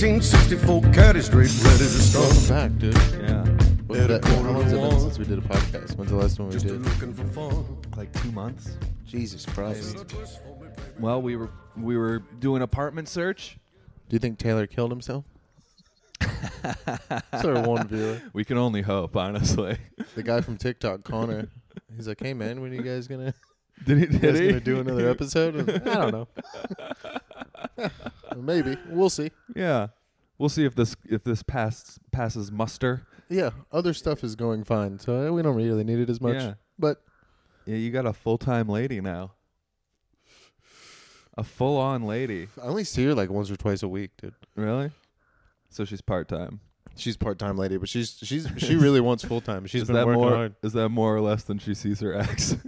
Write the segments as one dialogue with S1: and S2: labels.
S1: 64 Caddy Street, ready to
S2: Welcome
S1: start.
S2: back, dude.
S3: Yeah.
S2: When's that- how long's it been since we did a podcast? When's the last one we
S1: Just
S2: did?
S1: looking for fun.
S3: Like two months.
S2: Jesus Christ. Do
S3: Well, we were we were doing apartment search.
S2: you think Taylor killed himself? That's our one viewer.
S3: We can only hope, honestly.
S2: The guy from TikTok, Connor. He's like, hey man, when are you guys gonna,
S3: Did he?
S2: you guys gonna do another episode? I'm like, I don't know. Maybe we'll see.
S3: Yeah. We'll see if this if this pass passes muster.
S2: Yeah, other stuff is going fine, so uh, we don't really need it as much.
S3: Yeah.
S2: But
S3: Yeah, you got a full time lady now. A full on lady.
S2: I only see her like once or twice a week, dude.
S3: Really? So she's part time.
S2: She's part time lady, but she's she's she really wants full time. She's
S3: is
S2: been
S3: that
S2: working
S3: more
S2: hard.
S3: is that more or less than she sees her ex?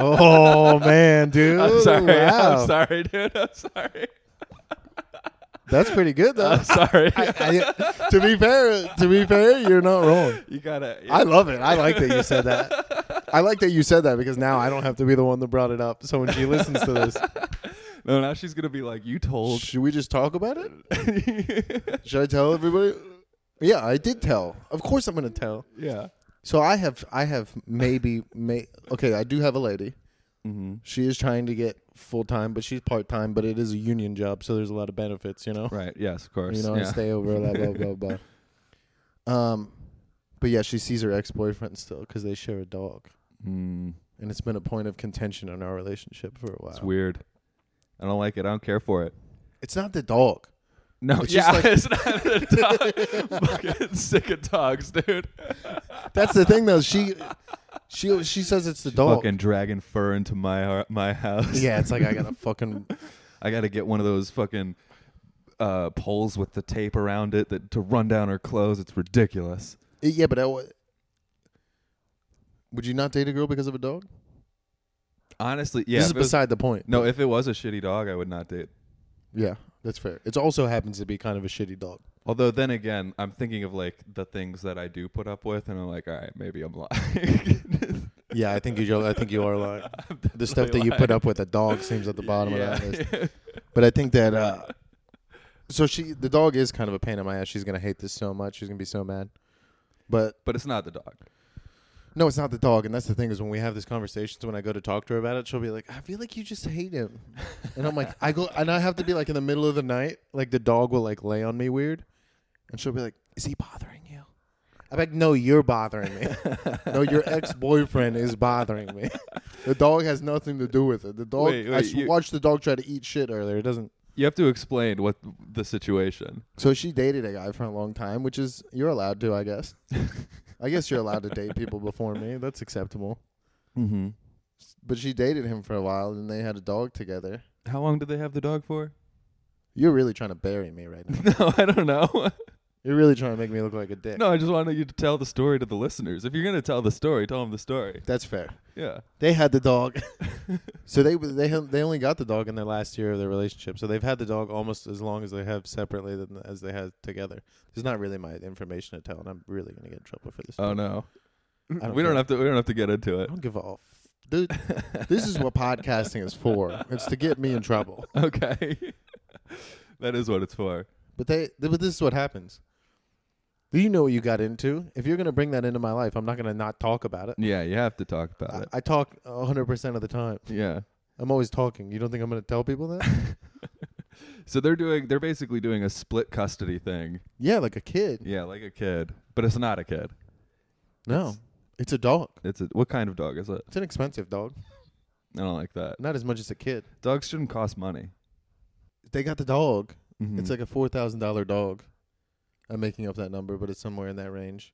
S2: Oh man, dude!
S3: I'm sorry.
S2: Wow.
S3: I'm sorry, dude. I'm sorry.
S2: That's pretty good though.
S3: I'm sorry.
S2: I- to be fair, to be fair, you're not wrong.
S3: you gotta
S2: I love it. I like that you said that. I like that you said that because now I don't have to be the one that brought it up. So when she listens to this,
S3: No, now she's gonna be like, You told
S2: should we just talk about it? Should I tell everybody? Yeah, I did tell. Of course, I'm going to tell.
S3: Yeah.
S2: So I have, I have maybe, may, okay, I do have a lady.
S3: Mm-hmm.
S2: She is trying to get full time, but she's part time. But it is a union job, so there's a lot of benefits, you know.
S3: Right. Yes, of course.
S2: You know,
S3: yeah.
S2: I stay over, blah, blah, blah, blah. Um, but yeah, she sees her ex boyfriend still because they share a dog.
S3: Mm,
S2: And it's been a point of contention in our relationship for a while.
S3: It's weird. I don't like it. I don't care for it.
S2: It's not the dog.
S3: No,
S2: It's
S3: yeah,
S2: just like-
S3: it's not a dog. Fucking sick of dogs, dude.
S2: That's the thing, though. She she she says it's the dog.
S3: Fucking dragging fur into my har- my house.
S2: Oh. yeah, it's like I gotta fucking.
S3: I got to get one of those fucking uh, poles with the tape around it that to run down her clothes. It's ridiculous.
S2: Yeah, but I, wa- would you not date a girl because of a dog?
S3: Honestly, yeah.
S2: this is
S3: if it was-
S2: beside the point.
S3: no, if it was a shitty dog, I would not date.
S2: Yeah, that's fair. It also happens to be kind of a shitty dog.
S3: Although then again, I'm thinking of like the things that I do put up with, and I'm like, all right, maybe I'm lying.
S2: Yeah, I think you. I think you are lying. The stuff that you put up with a dog seems at the bottom of that list. But I think that uh so she the dog is kind of a pain in my ass. She's gonna hate this so much. She's gonna be so mad. But
S3: But it's not the dog.
S2: no, it's not the dog, and that's the thing is when we have these conversations, when I go to talk to her about it, she'll be like, "I feel like you just hate him," and I'm like, "I go," and I have to be like in the middle of the night, like the dog will like lay on me weird, and she'll be like, "Is he bothering you?" I'm like, "No, you're bothering me. no, your ex boyfriend is bothering me. the dog has nothing to do with it. The dog.
S3: Wait,
S2: I
S3: wait,
S2: s-
S3: you-
S2: watched the dog try to eat shit earlier. It doesn't.
S3: You have to explain what the situation.
S2: So she dated a guy for a long time, which is you're allowed to, I guess. I guess you're allowed to date people before me. That's acceptable.
S3: Mm-hmm.
S2: But she dated him for a while, and they had a dog together.
S3: How long did they have the dog for?
S2: You're really trying to bury me right now.
S3: No, I don't know.
S2: You're really trying to make me look like a dick.
S3: no, I just wanted you to tell the story to the listeners. If you're gonna tell the story, tell them the story.
S2: that's fair.
S3: Yeah.
S2: They had the dog, so they they had- they only got the dog in their last year of their relationship. So they've had the dog almost as long as they have separately than as they had together. It's not really my information to tell, and I'm really gonna get in trouble for this.
S3: Oh no.
S2: don't
S3: we don't
S2: care.
S3: have to. We don't have to get into
S2: I
S3: it.
S2: don't give a f- dude. this is what podcasting is for. It's to get me in trouble.
S3: Okay. that is what it's for.
S2: But they, th- but this is what happens. Do you know what you got into? If you're gonna bring that into my life, I'm not gonna not talk about it.
S3: Yeah, you have to talk about
S2: I,
S3: it.
S2: I talk 100 percent of the time.
S3: Yeah.
S2: I'm always talking. You don't think I'm gonna tell people that?
S3: So they're doing. They're basically doing a split custody thing.
S2: yeah, like a kid.
S3: Yeah, like a kid, but it's not a kid.
S2: No, it's a dog.
S3: It's a what kind of dog is it?
S2: It's an expensive dog.
S3: I don't like that.
S2: Not as much as a kid.
S3: Dogs shouldn't cost money.
S2: They got the dog.
S3: Mhm.
S2: It's like a four thousand dollar dog. I'm making up that number, but it's somewhere in that range.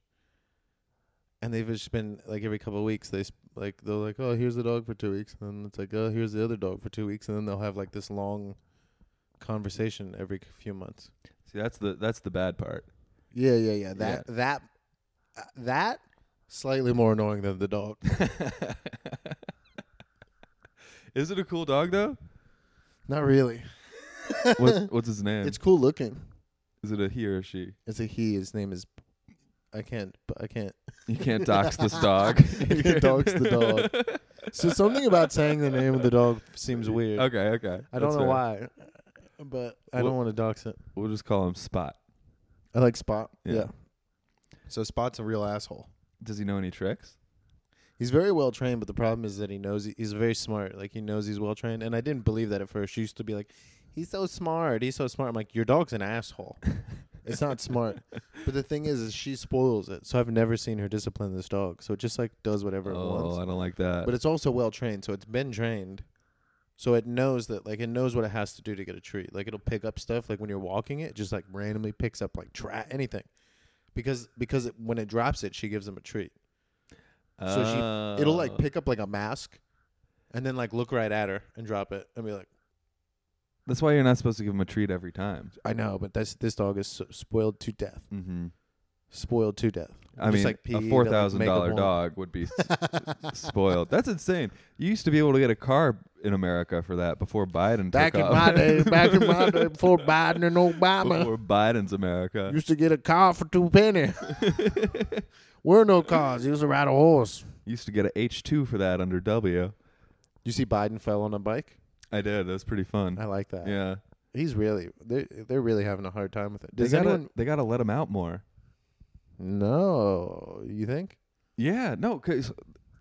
S2: And they've just been like every couple of weeks, they sp- like they're like, oh, here's the dog for two weeks, and then it's like, oh, here's the other dog for two weeks, and then they'll have like this long conversation every c- few months.
S3: See, that's the that's the bad part.
S2: Yeah, yeah, yeah. That that uh, that slightly more annoying than the dog.
S3: Is it a cool dog though?
S2: Not really.
S3: What, what's his name?
S2: It's cool looking.
S3: Is it a he or a she?
S2: It's a he. His name is. I can't. I can't.
S3: You can't dox this dog.
S2: You can't dox the dog. So something about saying the name of the dog seems weird.
S3: Okay, okay.
S2: I don't
S3: That's
S2: know
S3: fair.
S2: why, but I
S3: Well-
S2: don't want to dox it.
S3: We'll just call him Spot.
S2: I like Spot.
S3: Yeah.
S2: Yeah. So Spot's a real asshole.
S3: Does he know any tricks?
S2: He's very well trained, but the problem is that he knows he's very smart. Like he knows he's well trained, and I didn't believe that at first. She used to be like, "He's so smart. He's so smart." I'm like, "Your dog's an asshole. it's not smart." But the thing is, is she spoils it. So I've never seen her discipline this dog. So it just like does whatever it
S3: Oh,
S2: wants.
S3: I don't like that.
S2: But it's also well trained, so it's been trained. So it knows that like it knows what it has to do to get a treat. Like it'll pick up stuff like when you're walking it, it just like randomly picks up like tra- anything. Because because it, when it drops it, she gives him a treat. So she it'll like
S3: Oh.
S2: pick up like a mask and then like look right at her and drop it and be like,
S3: That's why you're not supposed to give him a treat every time.
S2: "I know, but this this dog is so spoiled to death.
S3: Mm-hmm.
S2: Spoiled to death."
S3: I mean, a four thousand dollar dog would be s- spoiled. That's insane. You used to be able to get a car in America for that before Biden
S2: Back
S3: took
S2: in
S3: off.
S2: my day, back in my day, before Biden and Obama,
S3: before Biden's America.
S2: used to get a car for two penny. Were no cars. He was to ride a horse.
S3: used to get a H two for that under W.
S2: You see, Biden fell on a bike.
S3: I did. That was pretty fun.
S2: I like that.
S3: yeah.
S2: He's really they're they're really having a hard time with it. Does
S3: they gotta,
S2: anyone?
S3: they gotta let him out more.
S2: No, you think?
S3: Yeah, no, cause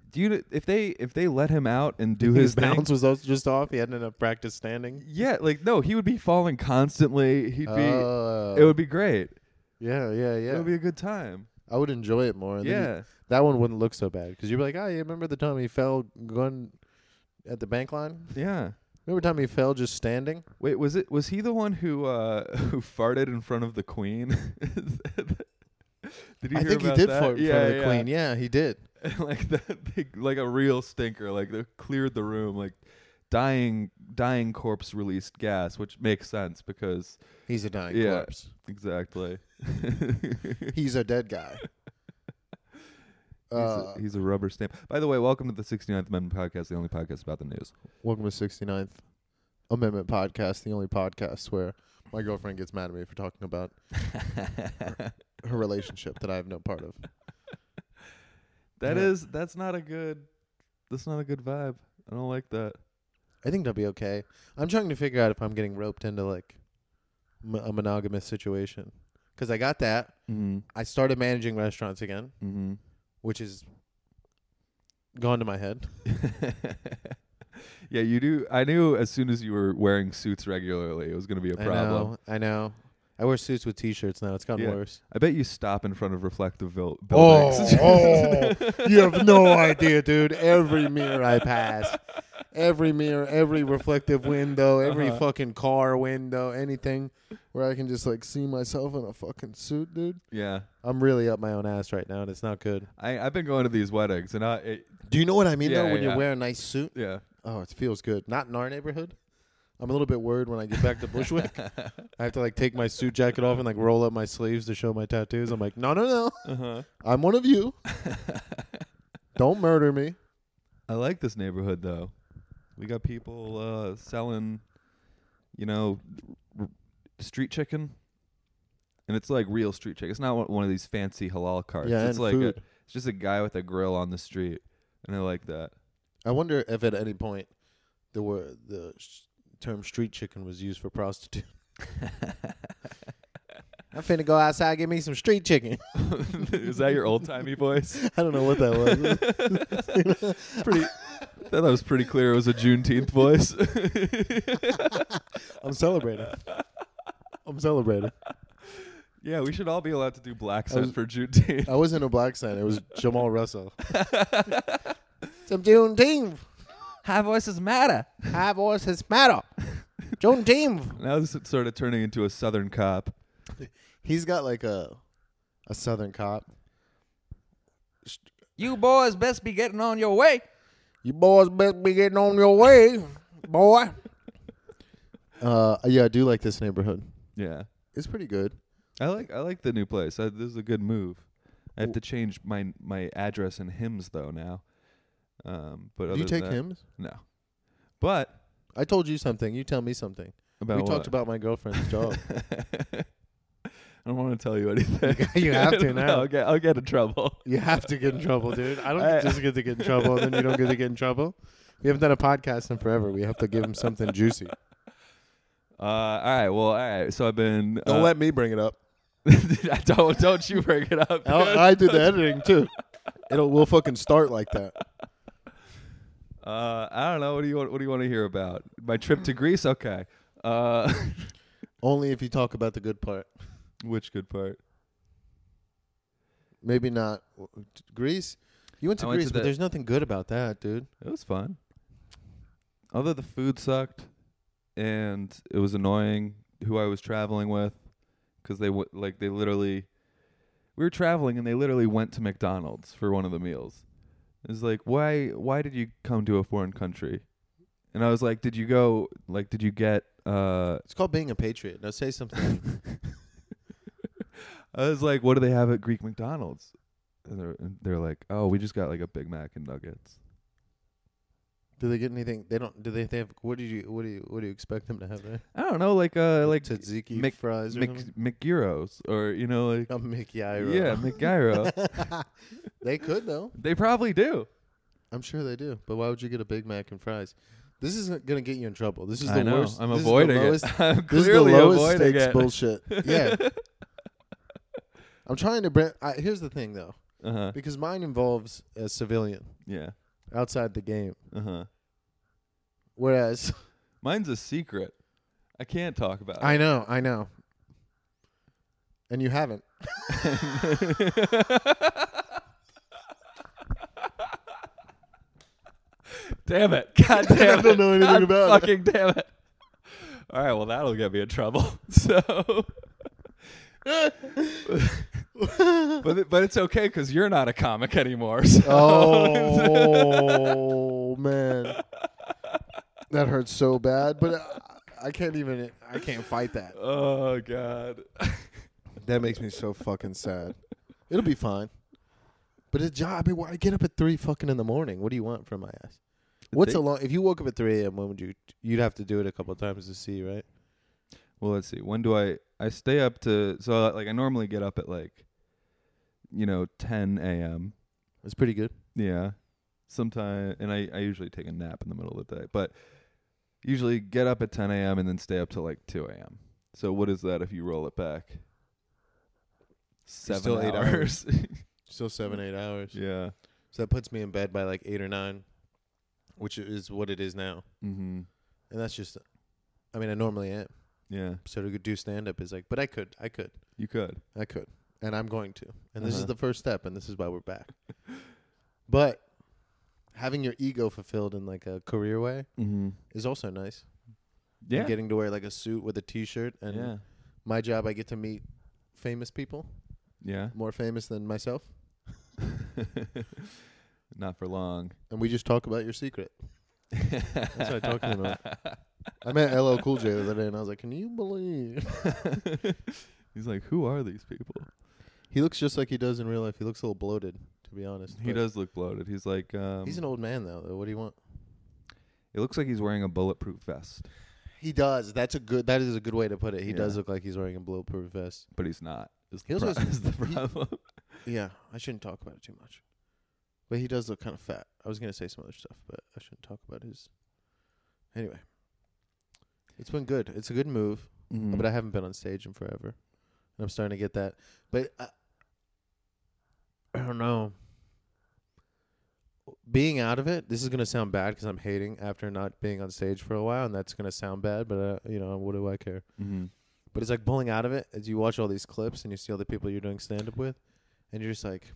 S3: do you if they if they let him out and do
S2: His
S3: his thing,
S2: bounce was also just off. He hadn't enough practice standing.
S3: yeah, like no, he would be falling constantly. He'd be,
S2: Oh.
S3: it would be great.
S2: yeah, yeah,
S3: It
S2: yeah.
S3: would be a good time.
S2: I would enjoy it more. And then you-
S3: yeah,
S2: that one wouldn't look so bad because you'd be like, oh, yeah, remember the time he fell going at the bank line?
S3: yeah.
S2: Remember the time he fell just standing?
S3: Wait, was it was he the one who uh who farted in front of the queen? did you
S2: I
S3: hear
S2: think he
S3: about
S2: did
S3: that?
S2: fall in front of the queen. Yeah, he did.
S3: like that big, like a real stinker. Like they cleared the room. Like dying, dying corpse released gas, which makes sense because
S2: He's a dying
S3: Yeah.
S2: corpse.
S3: exactly.
S2: He's a dead guy.
S3: He's,
S2: Uh,
S3: a, he's a rubber stamp. By the way, welcome to the 69th Amendment Podcast, the only podcast about the news.
S2: welcome to 69th Amendment Podcast, the only podcast where my girlfriend gets mad at me for talking about her relationship that I have no part of.
S3: That
S2: Yeah.
S3: is- that's not a good, that's not a good vibe. I don't like that.
S2: I think that'll be okay. I'm trying to figure out if I'm getting roped into like m- a monogamous situation because I got that.
S3: Mm-hmm.
S2: I started managing restaurants again,
S3: Mm-hmm.
S2: which is gone to my head.
S3: yeah, you do. I knew as soon as you were wearing suits regularly, it was going to be a
S2: I
S3: problem.
S2: know. I know. I wear suits with t-shirts now. It's gotten
S3: Yeah.
S2: worse.
S3: I bet you stop in front of reflective buil- buildings.
S2: Oh, oh, you have no idea, dude. Every mirror I pass, every mirror, every reflective window, every
S3: Uh-huh.
S2: fucking car window, anything where I can just like see myself in a fucking suit, dude.
S3: yeah,
S2: I'm really up my own ass right now, and it's not good.
S3: I, I've been going to these weddings, and I it,
S2: Do you know what I mean,
S3: Yeah,
S2: though, when
S3: yeah.
S2: you wear a nice suit?
S3: yeah.
S2: Oh, it feels good. Not in our neighborhood. I'm a little bit worried when I get back to Bushwick. I have to like take my suit jacket off and like roll up my sleeves to show my tattoos. I'm like, no, no, no.
S3: Uh-huh.
S2: I'm one of you. Don't murder me.
S3: I like this neighborhood though. We got people uh, selling, you know, r- street chicken, and it's like real street chicken. It's not one- one of these fancy halal carts.
S2: Yeah,
S3: it's
S2: and
S3: like
S2: food.
S3: A, it's just a guy with a grill on the street, and I like that.
S2: I wonder if at any point the word the sh- term street chicken was used for prostitute. I'm finna go outside get me some street chicken.
S3: Is that your old timey voice?
S2: I don't know what that was.
S3: Pretty. I thought that was pretty clear. It was a Juneteenth voice.
S2: I'm celebrating. I'm celebrating.
S3: yeah, we should all be allowed to do black
S2: I was-
S3: scent for Juneteenth.
S2: I wasn't a black sign. It was Jamal Russell. Some Juneteenth.
S3: High voices matter.
S2: High voices matter. Juneteenth.
S3: Now this is sort of turning into a Southern cop.
S2: He's got like a a Southern cop.
S3: You boys best be getting on your way.
S2: You boys better be getting on your way, boy. Uh, yeah, I do like this neighborhood.
S3: Yeah,
S2: It's pretty good.
S3: I like I like the new place. I, this is a good move. I have to change my my address and hymns though now. Um, but
S2: do
S3: other
S2: you
S3: than
S2: take
S3: that-
S2: hymns?
S3: No, but
S2: I told you something. You tell me something.
S3: about
S2: we
S3: what?
S2: talked about my girlfriend's job.
S3: I don't want to tell you anything.
S2: You have to
S3: No,
S2: now.
S3: I'll get I'll get in trouble.
S2: you have to get in trouble, dude. I don't
S3: I-
S2: just get to get in trouble, and then you don't get to get in trouble. We haven't done a podcast in forever. We have to give him something juicy.
S3: Uh, all right. Well, all right. So I've been.
S2: Don't
S3: uh,
S2: let me bring it up.
S3: don't don't you bring it up. dude.
S2: I'll, I do the editing too. It'll we'll fucking start like that.
S3: Uh, I don't know. What do you want? What do you want to hear about? My trip to Greece. Okay. Uh,
S2: Only if you talk about the good part.
S3: which good part?
S2: Maybe not W- Greece. You went to
S3: I went to
S2: Greece, but
S3: the-
S2: there's nothing good about that, dude.
S3: It was fun. Although the food sucked, and it was annoying who I was traveling with, because they w- like they literally, we were traveling and they literally went to McDonald's for one of the meals. It was like, why? Why did you come to a foreign country? And I was like, did you go? Like, did you get? Uh,
S2: It's called being a patriot. Now say something.
S3: I was like, what do they have at Greek McDonald's? And they're, and they're like, oh, we just got like a Big Mac and nuggets.
S2: do they get anything? They don't. Do they, they have? What do you? What do you? What do you expect them to have there?
S3: I don't know, like uh, like
S2: tzatziki
S3: Mc-
S2: fries or
S3: Mc,
S2: something?
S3: McGyros or you know like
S2: A McGyro.
S3: yeah McGyro.
S2: they could though.
S3: they probably do.
S2: I'm sure they do. But why would you get a Big Mac and fries? This isn't gonna get you in trouble. This is the
S3: I know.
S2: worst.
S3: I'm
S2: this is the
S3: avoiding
S2: lowest-
S3: it. I'm
S2: This
S3: clearly
S2: is the lowest
S3: avoiding
S2: stakes
S3: it.
S2: bullshit. Yeah. I'm trying to bring. I, here's the thing, though,
S3: Uh huh.
S2: because mine involves a civilian
S3: Yeah.
S2: outside the game,
S3: Uh huh.
S2: whereas
S3: Mine's a secret. I can't talk about
S2: I
S3: it.
S2: know, I know, and you haven't.
S3: Damn it! God damn it!
S2: don't know anything
S3: God
S2: about it.
S3: fucking damn it! All right, well that'll get me in trouble. So, but it- but it's okay because you're not a comic anymore. So.
S2: Uh, Oh man, that hurts so bad. But I, I can't even. I can't fight that.
S3: Oh god.
S2: That makes me so fucking sad. It'll be fine. But a job, I mean, why- I get up at three fucking in the morning. What do you want from my ass? What's
S3: They-
S2: a long? If you woke up at three a.m., when would you? You'd have to do it a couple times to see, right?
S3: Well, let's see. When do I? I stay up to so like I normally get up at like, you know, 10 a.m.
S2: It's pretty good.
S3: Yeah. Sometime and I, I usually take a nap in the middle of the day, but usually get up at ten AM and then stay up till like two AM. So what is that if you roll it back? Seven
S2: still eight
S3: hours.
S2: Still seven, eight hours.
S3: yeah.
S2: So that puts me in bed by like eight or nine, which is what it is now.
S3: Mm-hmm.
S2: And that's just, I mean, I normally am.
S3: Yeah.
S2: So to do stand up is like, but I could, I could,
S3: You could.
S2: I could, and I'm going to. And this is
S3: Uh-huh.
S2: the first step, and this is why we're back. but having your ego fulfilled in like a career way
S3: Mm-hmm.
S2: is also nice. And
S3: Yeah.
S2: getting to wear like a suit with a T-shirt, and
S3: yeah.
S2: my job, I get to meet famous people,
S3: Yeah.
S2: more famous than myself,
S3: Not for long.
S2: and we just talk about your secret. That's what I talked to him about. I met LL Cool J the other day, and I was like, "Can you believe?"
S3: He's like, Who are these people?
S2: He looks just like he does in real life. He looks a little bloated, to be honest.
S3: He
S2: but
S3: does look bloated. He's like um
S2: He's an old man though. though. What do you want?
S3: it looks like he's wearing a bulletproof vest,
S2: He does. That's a good. That is a good way to put it. He does
S3: Yeah.
S2: look like he's wearing a bulletproof vest.
S3: but he's not. Is
S2: He
S3: the,
S2: also
S3: pro-
S2: has-
S3: is the
S2: he-
S3: problem.
S2: Yeah, I shouldn't talk about it too much. But he does look kind of fat. I was gonna say some other stuff, but I shouldn't talk about his. Anyway, it's been good. It's a good move,
S3: Mhm.
S2: Mm-hmm. but I haven't been on stage in forever, and I'm starting to get that. But I, I don't know. Being out of it, this is gonna sound bad because I'm hating after not being on stage for a while, and that's gonna sound bad. But uh, you know, what do I care?
S3: Mm-hmm.
S2: But it's like pulling out of it as you watch all these clips and you see all the people you're doing stand up with, and you're just like,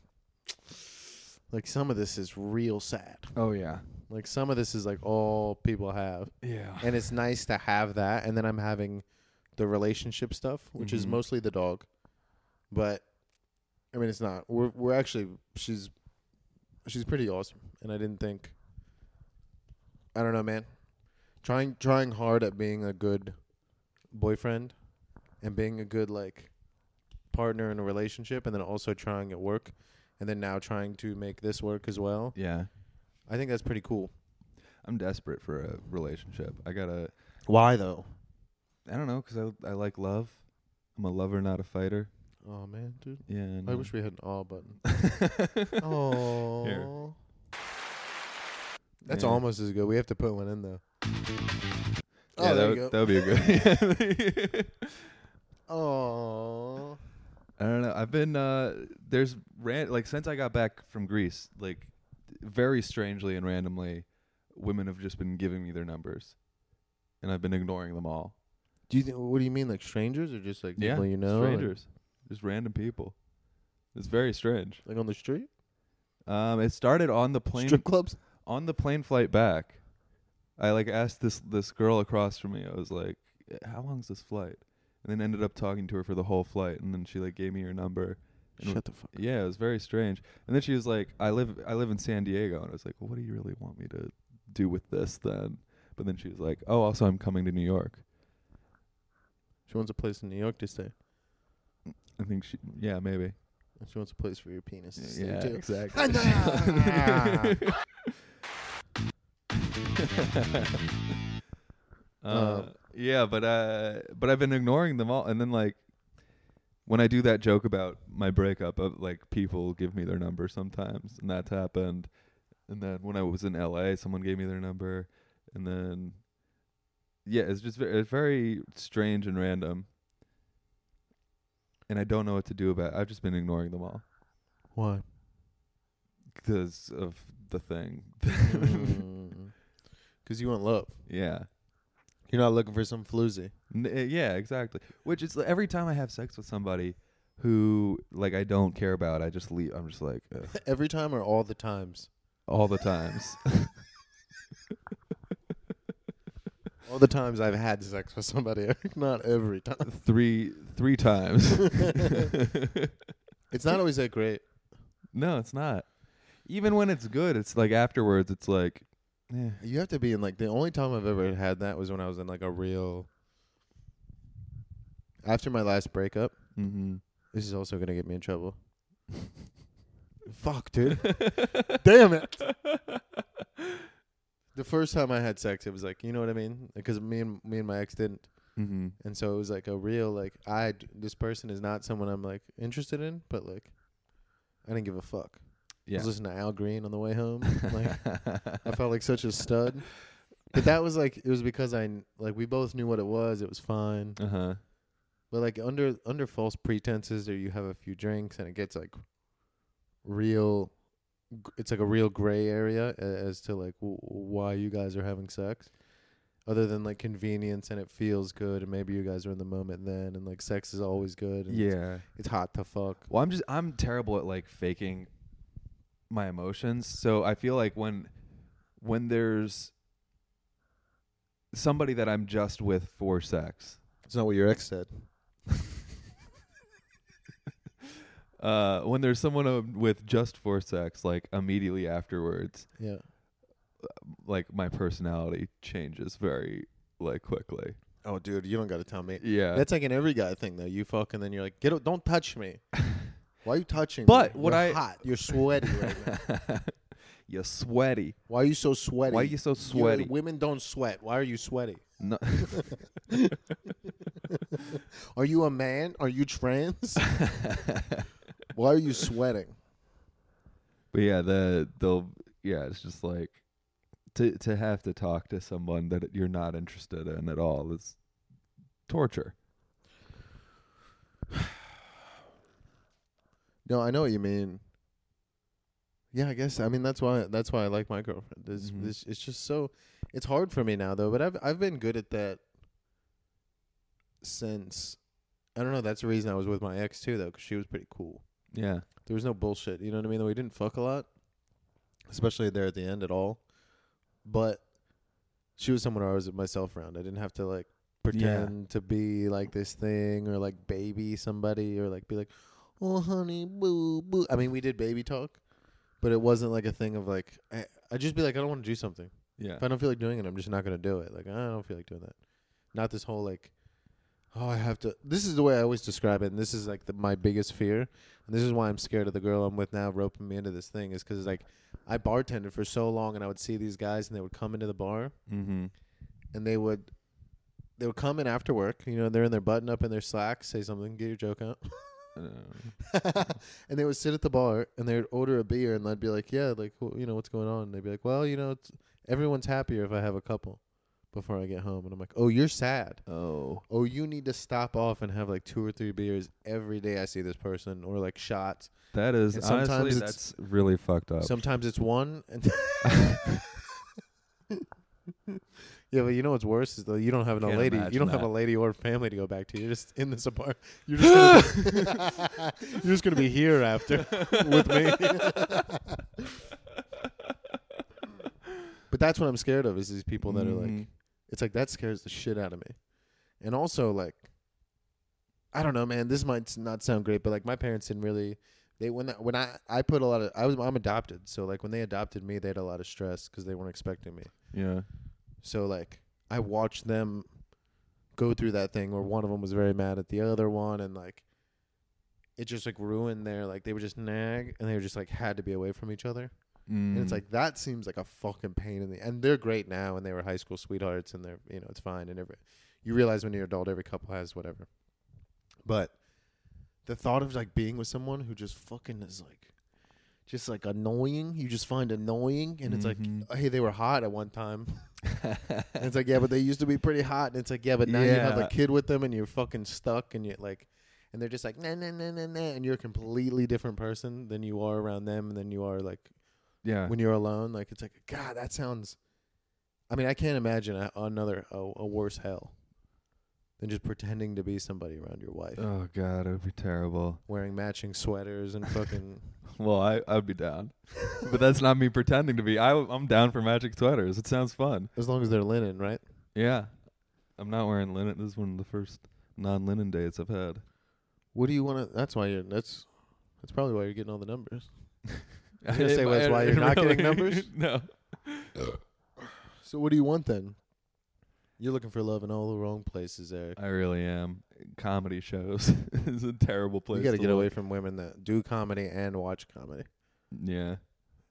S2: like some of this is real sad.
S3: Oh yeah,
S2: Like some of this is like all people have,
S3: yeah.
S2: and it's nice to have that. And then I'm having the relationship stuff, which is
S3: Mhm.
S2: mostly the dog, but I mean it's not. We're we're actually she's she's pretty awesome, and I didn't think. I don't know, man. Trying trying hard at being a good boyfriend and being a good like partner in a relationship and then also trying at work and then now trying to make this work as well.
S3: yeah,
S2: I think that's pretty cool.
S3: I'm desperate for a relationship. I gotta.
S2: Why though?
S3: I don't know, 'cause I I like love. I'm a lover, not a fighter.
S2: Oh man, dude.
S3: Yeah.
S2: I wish we had an all button.
S3: Here.
S2: Oh. That's
S3: Yeah.
S2: almost as good. We have to put one in though.
S3: yeah,
S2: oh,
S3: that
S2: there you
S3: would,
S2: go.
S3: that would be a good.
S2: Oh.
S3: I don't know. I've been uh there's ran like since I got back from Greece, like very strangely and randomly, women have just been giving me their numbers. And I've been ignoring them all.
S2: Do you think? What do you mean, like strangers or just like people you know, like-
S3: strangers. Just random people. It's very strange.
S2: like, on the street,
S3: Um it started on the plane
S2: strip clubs?
S3: on the plane flight back, I like asked this this girl across from me. I was like, "Eh, "How long's this flight?" And then ended up talking to her for the whole flight, and then she like gave me her number. And
S2: Shut the fuck. up.
S3: Yeah, it was very strange. And then she was like, "I live I live in San Diego," and I was like, "Well, what do you really want me to do with this then?" But then she was like, "Oh, also I'm coming to New York."
S2: She wants a place in New York to stay.
S3: I think she, yeah, maybe.
S2: And she wants a place for your penis to stay
S3: Yeah,
S2: too.
S3: exactly.
S2: Um,
S3: uh,
S2: Um,
S3: yeah, but uh, but I've been ignoring them all, and then like when I do that joke about my breakup, of like people give me their number sometimes, and that's happened. And then when I was in LA, someone gave me their number, and then yeah, it's just very, it's very strange and random. And I don't know what to do about. It. I've just been ignoring them all
S2: Why?
S3: because of the thing.
S2: Mm. Because you want love.
S3: yeah.
S2: You're not looking for some floozy.
S3: N- uh, yeah, exactly. Which is every time I have sex with somebody who like I don't care about, I just leave. I'm just like ugh,
S2: Every time or all the times?
S3: all the times.
S2: All the times I've had sex with somebody, Eric. Not every time.
S3: three three times.
S2: It's not always that great.
S3: no, it's not. Even when it's good, it's like afterwards, it's like, eh.
S2: You have to be in like the only time I've ever had that was when I was in like a real. After my last breakup,
S3: mm-hmm.
S2: this is also gonna get me in trouble. Fuck, dude. Damn it. The first time I had sex, it was like you know what I mean, because me and me and my ex didn't,
S3: mm-hmm.
S2: and so it was like a real like I d- this person is not someone I'm like interested in, but like I didn't give a fuck. I
S3: Yeah.
S2: was listening to Al Green on the way home. Like I felt like such a stud. But that was like it was because I kn- like we both knew what it was. It was fine.
S3: uh huh.
S2: But like under under false pretenses, or you have a few drinks and it gets like real. g- It's like a real gray area a- as to like w- why you guys are having sex, other than like convenience and it feels good and maybe you guys are in the moment then and like sex is always good. And it's,
S3: Yeah.
S2: it's hot to fuck.
S3: Well, I'm just I'm terrible at like faking my emotions. So I feel like when when there's somebody that I'm just with for sex,
S2: It's not what your ex said.
S3: uh, when there's someone I'm with just for sex, like immediately afterwards, uh,
S2: Yeah,
S3: like my personality changes very like quickly.
S2: Oh, dude, you don't got to tell me.
S3: Yeah.
S2: That's like an every guy thing, though. You fuck, and then you're like, get o- don't touch me. Why are you touching
S3: But
S2: me?
S3: what
S2: you're
S3: I-
S2: hot. You're sweaty right now.
S3: you're sweaty.
S2: Why are you so sweaty?
S3: Why are you so
S2: You're-
S3: sweaty?
S2: women don't sweat. Why are you sweaty?
S3: No-
S2: Are you a man? Are you trans? Why are you sweating?
S3: But yeah, the they'll yeah, it's just like to to have to talk to someone that you're not interested in at all is torture.
S2: No, I know what you mean. Yeah, I guess. I mean, that's why. That's why I like my girlfriend. This,
S3: Mhm.
S2: this, it's just so. It's hard for me now, though. But I've I've been good at that since. I don't know. That's the reason I was with my ex too, though, 'cause she was pretty cool.
S3: Yeah.
S2: There was no bullshit. You know what I mean? We didn't fuck a lot, especially there at the end at all. But she was someone I was myself around. I didn't have to like pretend to be like this thing or like baby somebody or like be like, oh honey, boo boo. I mean, we did baby talk, but it wasn't like a thing of like I. I'd just be like, I don't want to do something.
S3: Yeah.
S2: If I don't feel like doing it, I'm just not gonna do it. Like I don't feel like doing that. Not this whole like, oh, I have to. This is the way I always describe it, and this is like the, my biggest fear, and this is why I'm scared of the girl I'm with now roping me into this thing. Is because like I bartended for so long, and I would see these guys, and they would come into the bar,
S3: Mm-hmm.
S2: and they would, they would come in after work. You know, they're in their button up and their slacks, say something, get your joke out. and they would sit at the bar and they would order a beer and I'd be like, yeah, like wh- you know what's going on. And they'd be like, well, you know, it's, everyone's happier if I have a couple, before I get home, and I'm like, "Oh, you're sad.
S3: Oh.
S2: Oh, you need to stop off and have like two or three beers every day." I see this person, or like shots.
S3: That is
S2: And sometimes
S3: honestly
S2: it's-
S3: that's really fucked up.
S2: Sometimes it's one. And yeah, but you know what's worse is though you don't have a
S3: Can't
S2: lady. You
S3: imagine
S2: don't have a
S3: that.
S2: lady or family to go back to. You're just in this apartment. You're just gonna be, you're just gonna be here after with me. but that's what I'm scared of is these people that are like
S3: Mhm.
S2: it's like that scares the shit out of me. And also like I don't know, man, this might s- not sound great, but like my parents didn't really they when when I I put a lot of I was I'm adopted, so like when they adopted me, they had a lot of stress cuz they weren't expecting me.
S3: yeah.
S2: So like I watched them go through that thing where one of them was very mad at the other one and like it just like ruined their like they would just nag and they were just like had to be away from each other. And it's
S3: Mm.
S2: like that seems like a fucking pain in the and they're great now and they were high school sweethearts and they're you know, it's fine and every you realize when you're an adult every couple has whatever. But the thought of like being with someone who just fucking is like just like annoying, you just find annoying and it's
S3: Mhm.
S2: like hey, they were hot at one time.
S3: Mm.
S2: And it's like, yeah, but they used to be pretty hot. And it's like, yeah, but now you have a
S3: Yeah.
S2: kid with them and you're fucking stuck and you're like, and they're just like, nah, nah, nah, nah, nah. And you're a completely different person than you are around them and then you are like
S3: yeah.
S2: when you're alone. Like, it's like, God, that sounds. I mean, I can't imagine a, another, a, a worse hell than just pretending to be somebody around your wife,
S3: Oh god, it would be terrible.
S2: wearing matching sweaters and fucking.
S3: Well, I I'd be down, but that's not me pretending to be. I I'm down for magic sweaters. It sounds fun.
S2: as long as they're linen, right?
S3: Yeah, I'm not wearing linen. This is one of the first non-linen days I've had.
S2: What do you want to. That's why you're. That's. That's probably why you're getting all the numbers.
S3: I
S2: gonna say
S3: didn't-
S2: that's
S3: I
S2: why you're
S3: didn't
S2: not getting numbers?
S3: no.
S2: So what do you want then? You're looking for love in all the wrong places, Eric.
S3: I really am. Comedy shows is a terrible place.
S2: you got to
S3: to
S2: get away
S3: look.
S2: from women that do comedy and watch comedy.
S3: Yeah.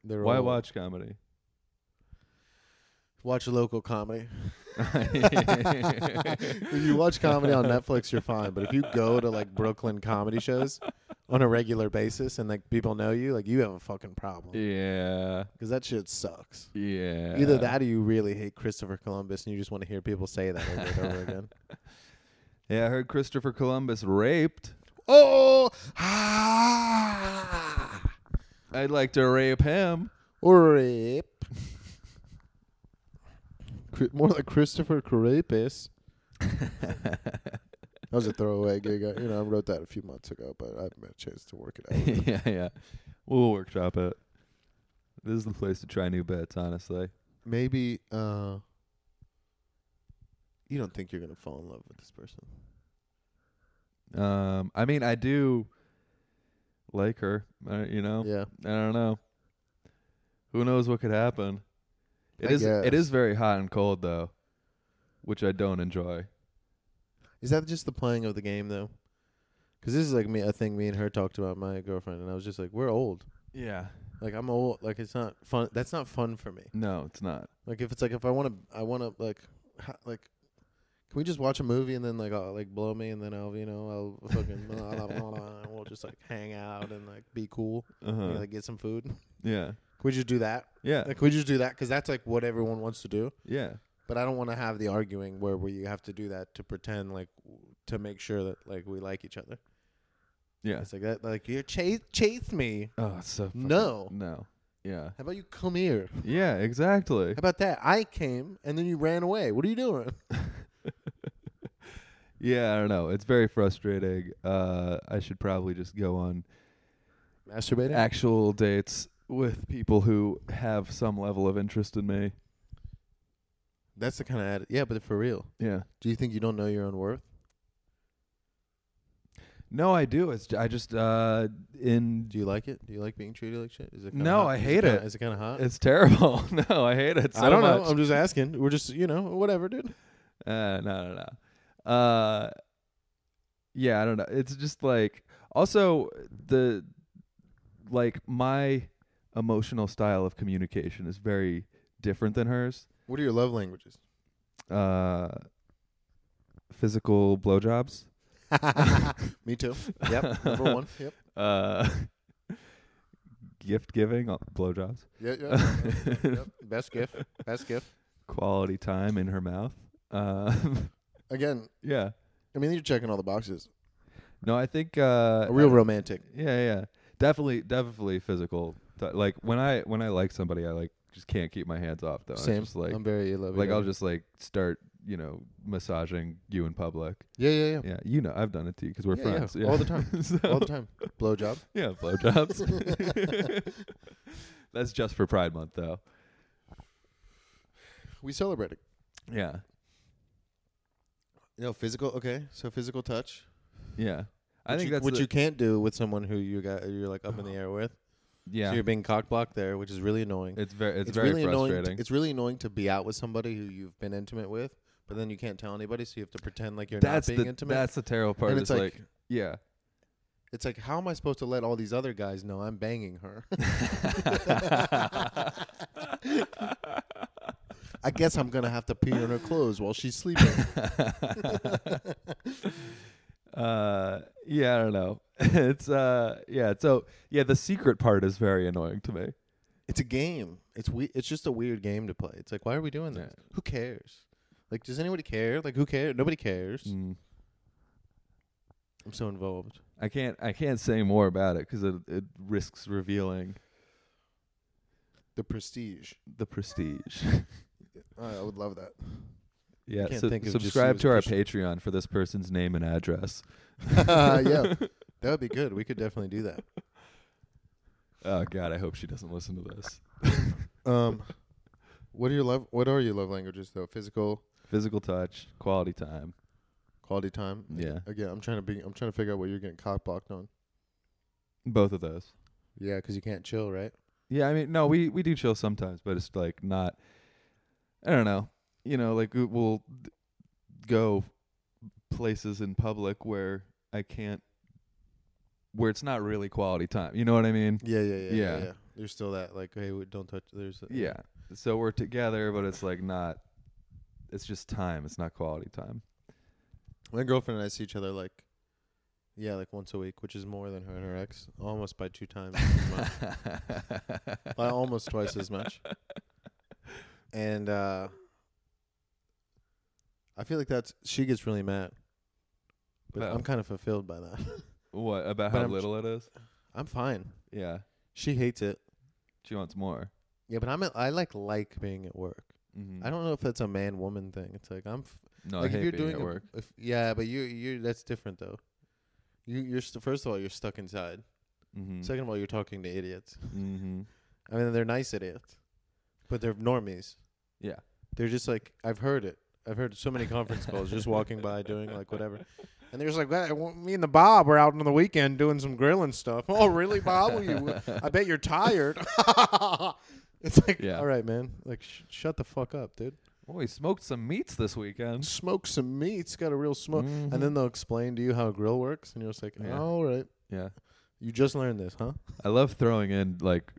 S2: They're
S3: Why
S2: all-
S3: watch comedy?
S2: Watch local comedy. if you watch comedy on Netflix, you're fine. But if you go to like Brooklyn comedy shows on a regular basis and like people know you, like you have a fucking problem
S3: Yeah.
S2: because that shit sucks.
S3: Yeah.
S2: Either that or you really hate Christopher Columbus and you just want to hear people say that over and over again.
S3: Yeah, I heard Christopher Columbus raped.
S2: Oh, ah,
S3: I'd like to rape him.
S2: rip. Cri- More like Christopher Carapis. That was a throwaway gig. I, you know, I wrote that a few months ago, but I haven't had a chance to work it out.
S3: yeah, yeah. We'll workshop it. This is the place to try new bits, honestly.
S2: maybe uh you don't think you're gonna fall in love with this person
S3: Um, I mean, I do like her. Uh, you know,
S2: yeah
S3: I don't know. Who knows what could happen? It
S2: I
S3: is.
S2: guess.
S3: It is very hot and cold though, which I don't enjoy.
S2: is that just the playing of the game though? 'Cause this is like me a thing me and her talked about my girlfriend and i was just like we're old
S3: Yeah.
S2: like i'm old like it's not fun that's not fun for me
S3: No, it's not.
S2: like if it's like if i want to i want to like ha- like can we just watch a movie and then like I'll, like blow me and then I'll you know I'll fucking blah, blah, blah, blah, and we'll just like hang out and like be cool
S3: Uh-huh.
S2: and like get some food. Can
S3: yeah.
S2: we just do that?
S3: Yeah.
S2: Like, can we just do that? 'Cause that's like what everyone wants to do.
S3: yeah.
S2: But I don't want to have the arguing where we have to do that to pretend like w- to make sure that like we like each other.
S3: Yeah.
S2: It's like that. Like you chase chase me.
S3: Oh, it's so Uh. fucking-
S2: No.
S3: No. Yeah.
S2: How about you come here? How
S3: Yeah. Exactly.
S2: about that? I came and then you ran away. What are you doing?
S3: Yeah, I don't know. It's very frustrating. Uh, I should probably just go on
S2: Masturbating.
S3: actual dates with people who have some level of interest in me.
S2: That's the kind of atti- yeah. But for real,
S3: Yeah.
S2: do you think you don't know your own worth?
S3: No, I do. It's I just uh in
S2: Do you like it? Do you like being treated like shit? Is it? Kinda
S3: No,
S2: hot?
S3: I
S2: Is
S3: hate
S2: kinda-
S3: it.
S2: Is it kind of hot?
S3: it's terrible. no, I hate it so
S2: I don't
S3: much.
S2: know. I'm just asking. We're just you know whatever, dude.
S3: Uh, no, no, no. Uh, yeah, I don't know. It's just like also the like my emotional style of communication is very different than hers.
S2: What are your love languages?
S3: Uh, physical blowjobs.
S2: Me too. Yep. Number one. Yep.
S3: Uh, gift giving uh, blowjobs.
S2: Yeah, yeah. yep. Best gift. Best gift.
S3: quality time in her mouth. Um,
S2: Again,
S3: yeah.
S2: I mean, you're checking all the boxes.
S3: No, I think uh,
S2: A real romantic.
S3: Yeah, yeah, definitely, definitely physical. Th- Like when I when I like somebody, I like just can't keep my hands off though. It's
S2: Same.
S3: just, like
S2: I'm very loving.
S3: like I'll just like start you know massaging you in public.
S2: yeah, yeah, yeah.
S3: Yeah, you know I've done it to you because we're
S2: Yeah, yeah,
S3: friends.
S2: all the time.
S3: So-
S2: All the time. Blowjob.
S3: Yeah, blowjobs. That's just for Pride Month though.
S2: We celebrate it.
S3: Yeah,
S2: You know, physical. Okay, so physical touch.
S3: yeah. I
S2: Which
S3: think
S2: you,
S3: that's
S2: what
S3: the- Uh-huh.
S2: you can't do with someone who you got you're like up in the air with.
S3: Yeah,
S2: So you're being cock blocked there, which is really annoying.
S3: it's very it's, very
S2: really
S3: frustrating.
S2: annoying. To, it's really annoying to be out with somebody who you've been intimate with, but then you can't tell anybody, so you have to pretend like you're
S3: that's
S2: not being
S3: the
S2: intimate.
S3: that's the terrible part.
S2: And
S3: it's
S2: it's
S3: like,
S2: like-
S3: yeah,
S2: it's like, how am I supposed to let all these other guys know I'm banging her? I guess I'm gonna have to pee on her clothes while she's sleeping.
S3: uh, yeah, I don't know. it's uh, yeah. So yeah, the secret part is very annoying to me.
S2: it's a game. It's we. It's just a weird game to play. It's like, why are we doing this?
S3: Yeah.
S2: Who cares? Like, does anybody care? Like, who cares? Nobody cares.
S3: Mm.
S2: I'm so involved.
S3: I can't I can't say more about it because it it risks revealing
S2: The prestige.
S3: the prestige.
S2: I would love that.
S3: yeah.
S2: can't
S3: So
S2: think of just
S3: subscribe
S2: who
S3: to our
S2: was
S3: Patreon for this person's name and address.
S2: Uh, yeah, that would be good. We could definitely do that.
S3: Oh God, I hope she doesn't listen to this.
S2: Um, what are your love? What are your love languages though? Physical,
S3: Physical touch, quality time.
S2: quality time.
S3: Yeah,
S2: Again, I'm trying to be. I'm trying to figure out what you're getting cock blocked on.
S3: both of those.
S2: Yeah, 'cause you can't chill, right?
S3: Yeah, I mean, no, we we do chill sometimes, but it's like not. I don't know. You know, like we- we'll d- go places in public where I can't, where it's not really quality time. You know what I mean?
S2: Yeah, yeah, yeah, yeah.
S3: Yeah.
S2: yeah. You're still that like, hey, we- don't touch. There's uh,
S3: Yeah. So we're together, but it's like not. It's just time. It's not quality time.
S2: My girlfriend and I see each other like, yeah, like once a week, which is more than her and her ex, almost by two times as much, by almost twice as much. And uh I feel like that's she gets really mad, but
S3: Oh.
S2: I'm kind of fulfilled by that.
S3: What about
S2: But
S3: how
S2: I'm ch-
S3: little it is?
S2: I'm fine.
S3: Yeah,
S2: She hates it.
S3: she wants more.
S2: Yeah, but I'm at, I like like being at work.
S3: Mm-hmm.
S2: I don't know if that's a man woman thing. It's like I'm f-
S3: No,
S2: like
S3: I hate
S2: if you're
S3: being
S2: doing
S3: at
S2: a-
S3: work.
S2: if- yeah, but you you that's different though. You you're st- first of all you're stuck inside.
S3: Mm-hmm.
S2: Second of all, you're talking to idiots.
S3: mm-hmm.
S2: I mean, they're nice idiots, but they're normies.
S3: Yeah.
S2: They're just like I've heard it. I've heard so many conference calls just walking by doing like whatever, and they're just like, "Well, well, "Me and the Bob were out on the weekend doing some grilling stuff." Oh, really, Bob? Well, you, uh, I bet you're tired. it's like,
S3: Yeah.
S2: all right, man. Like, sh- shut the fuck up, dude.
S3: Oh, he smoked some meats this weekend.
S2: Smoke some meats. Got a real smoke,
S3: Mhm.
S2: and then they'll explain to you how a grill works, and you're just like,
S3: Yeah.
S2: "All right,
S3: Yeah.
S2: you just learned this, huh?"
S3: I love throwing in like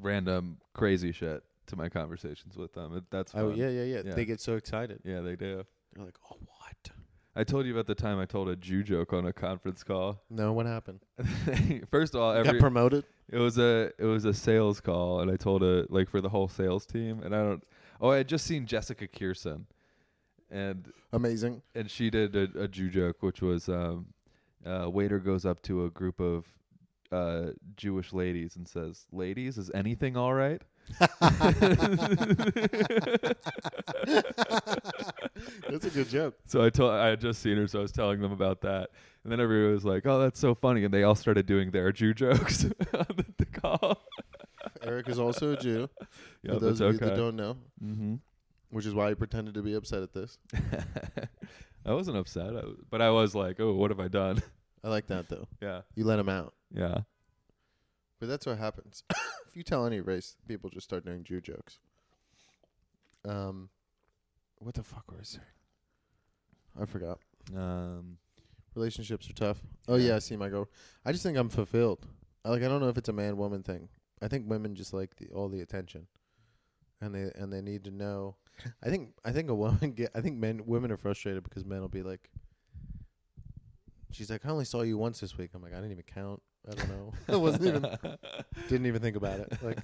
S3: random crazy shit to my conversations with them. It, that's fun.
S2: Oh yeah, yeah, yeah,
S3: Yeah.
S2: They get so excited.
S3: Yeah, they do.
S2: They're like, "Oh, what?"
S3: I told you about the time I told a Jew joke on a conference call.
S2: No, what happened?
S3: First of all, every
S2: got promoted.
S3: it was a it was a sales call, and I told a like for the whole sales team, and I don't. Oh, I had just seen Jessica Kearson, and
S2: Amazing.
S3: and she did a, a Jew joke, which was um, uh, waiter goes up to a group of uh, Jewish ladies and says, "Ladies, is anything all right?"
S2: That's a good joke.
S3: So I told I had just seen her, so I was telling them about that, and then everyone was like, "Oh, that's so funny," and they all started doing their Jew jokes on the, the call.
S2: Eric is also a Jew.
S3: Yeah,
S2: for those
S3: that's
S2: of you that
S3: okay.
S2: don't know,
S3: hmm
S2: which is why he pretended to be upset at this.
S3: Mm-hmm. I wasn't upset, I was, but I was like, "Oh, what have I done?"
S2: I like that though.
S3: yeah,
S2: You let him out.
S3: yeah,
S2: But that's what happens. if you tell any race, people just start doing Jew jokes. Um, what the fuck were I saying? I forgot.
S3: um,
S2: Relationships are tough. Oh yeah, I see my girl. I just think I'm fulfilled. I, like I don't know if it's a man woman thing. I think women just like the, all the attention, and they and they need to know. I think I think a woman get. I think men women are frustrated because men will be like. She's like, I only saw you
S3: Um,
S2: once this week. I'm like, I didn't even count. I don't know. I wasn't even. Didn't even think about it. Like,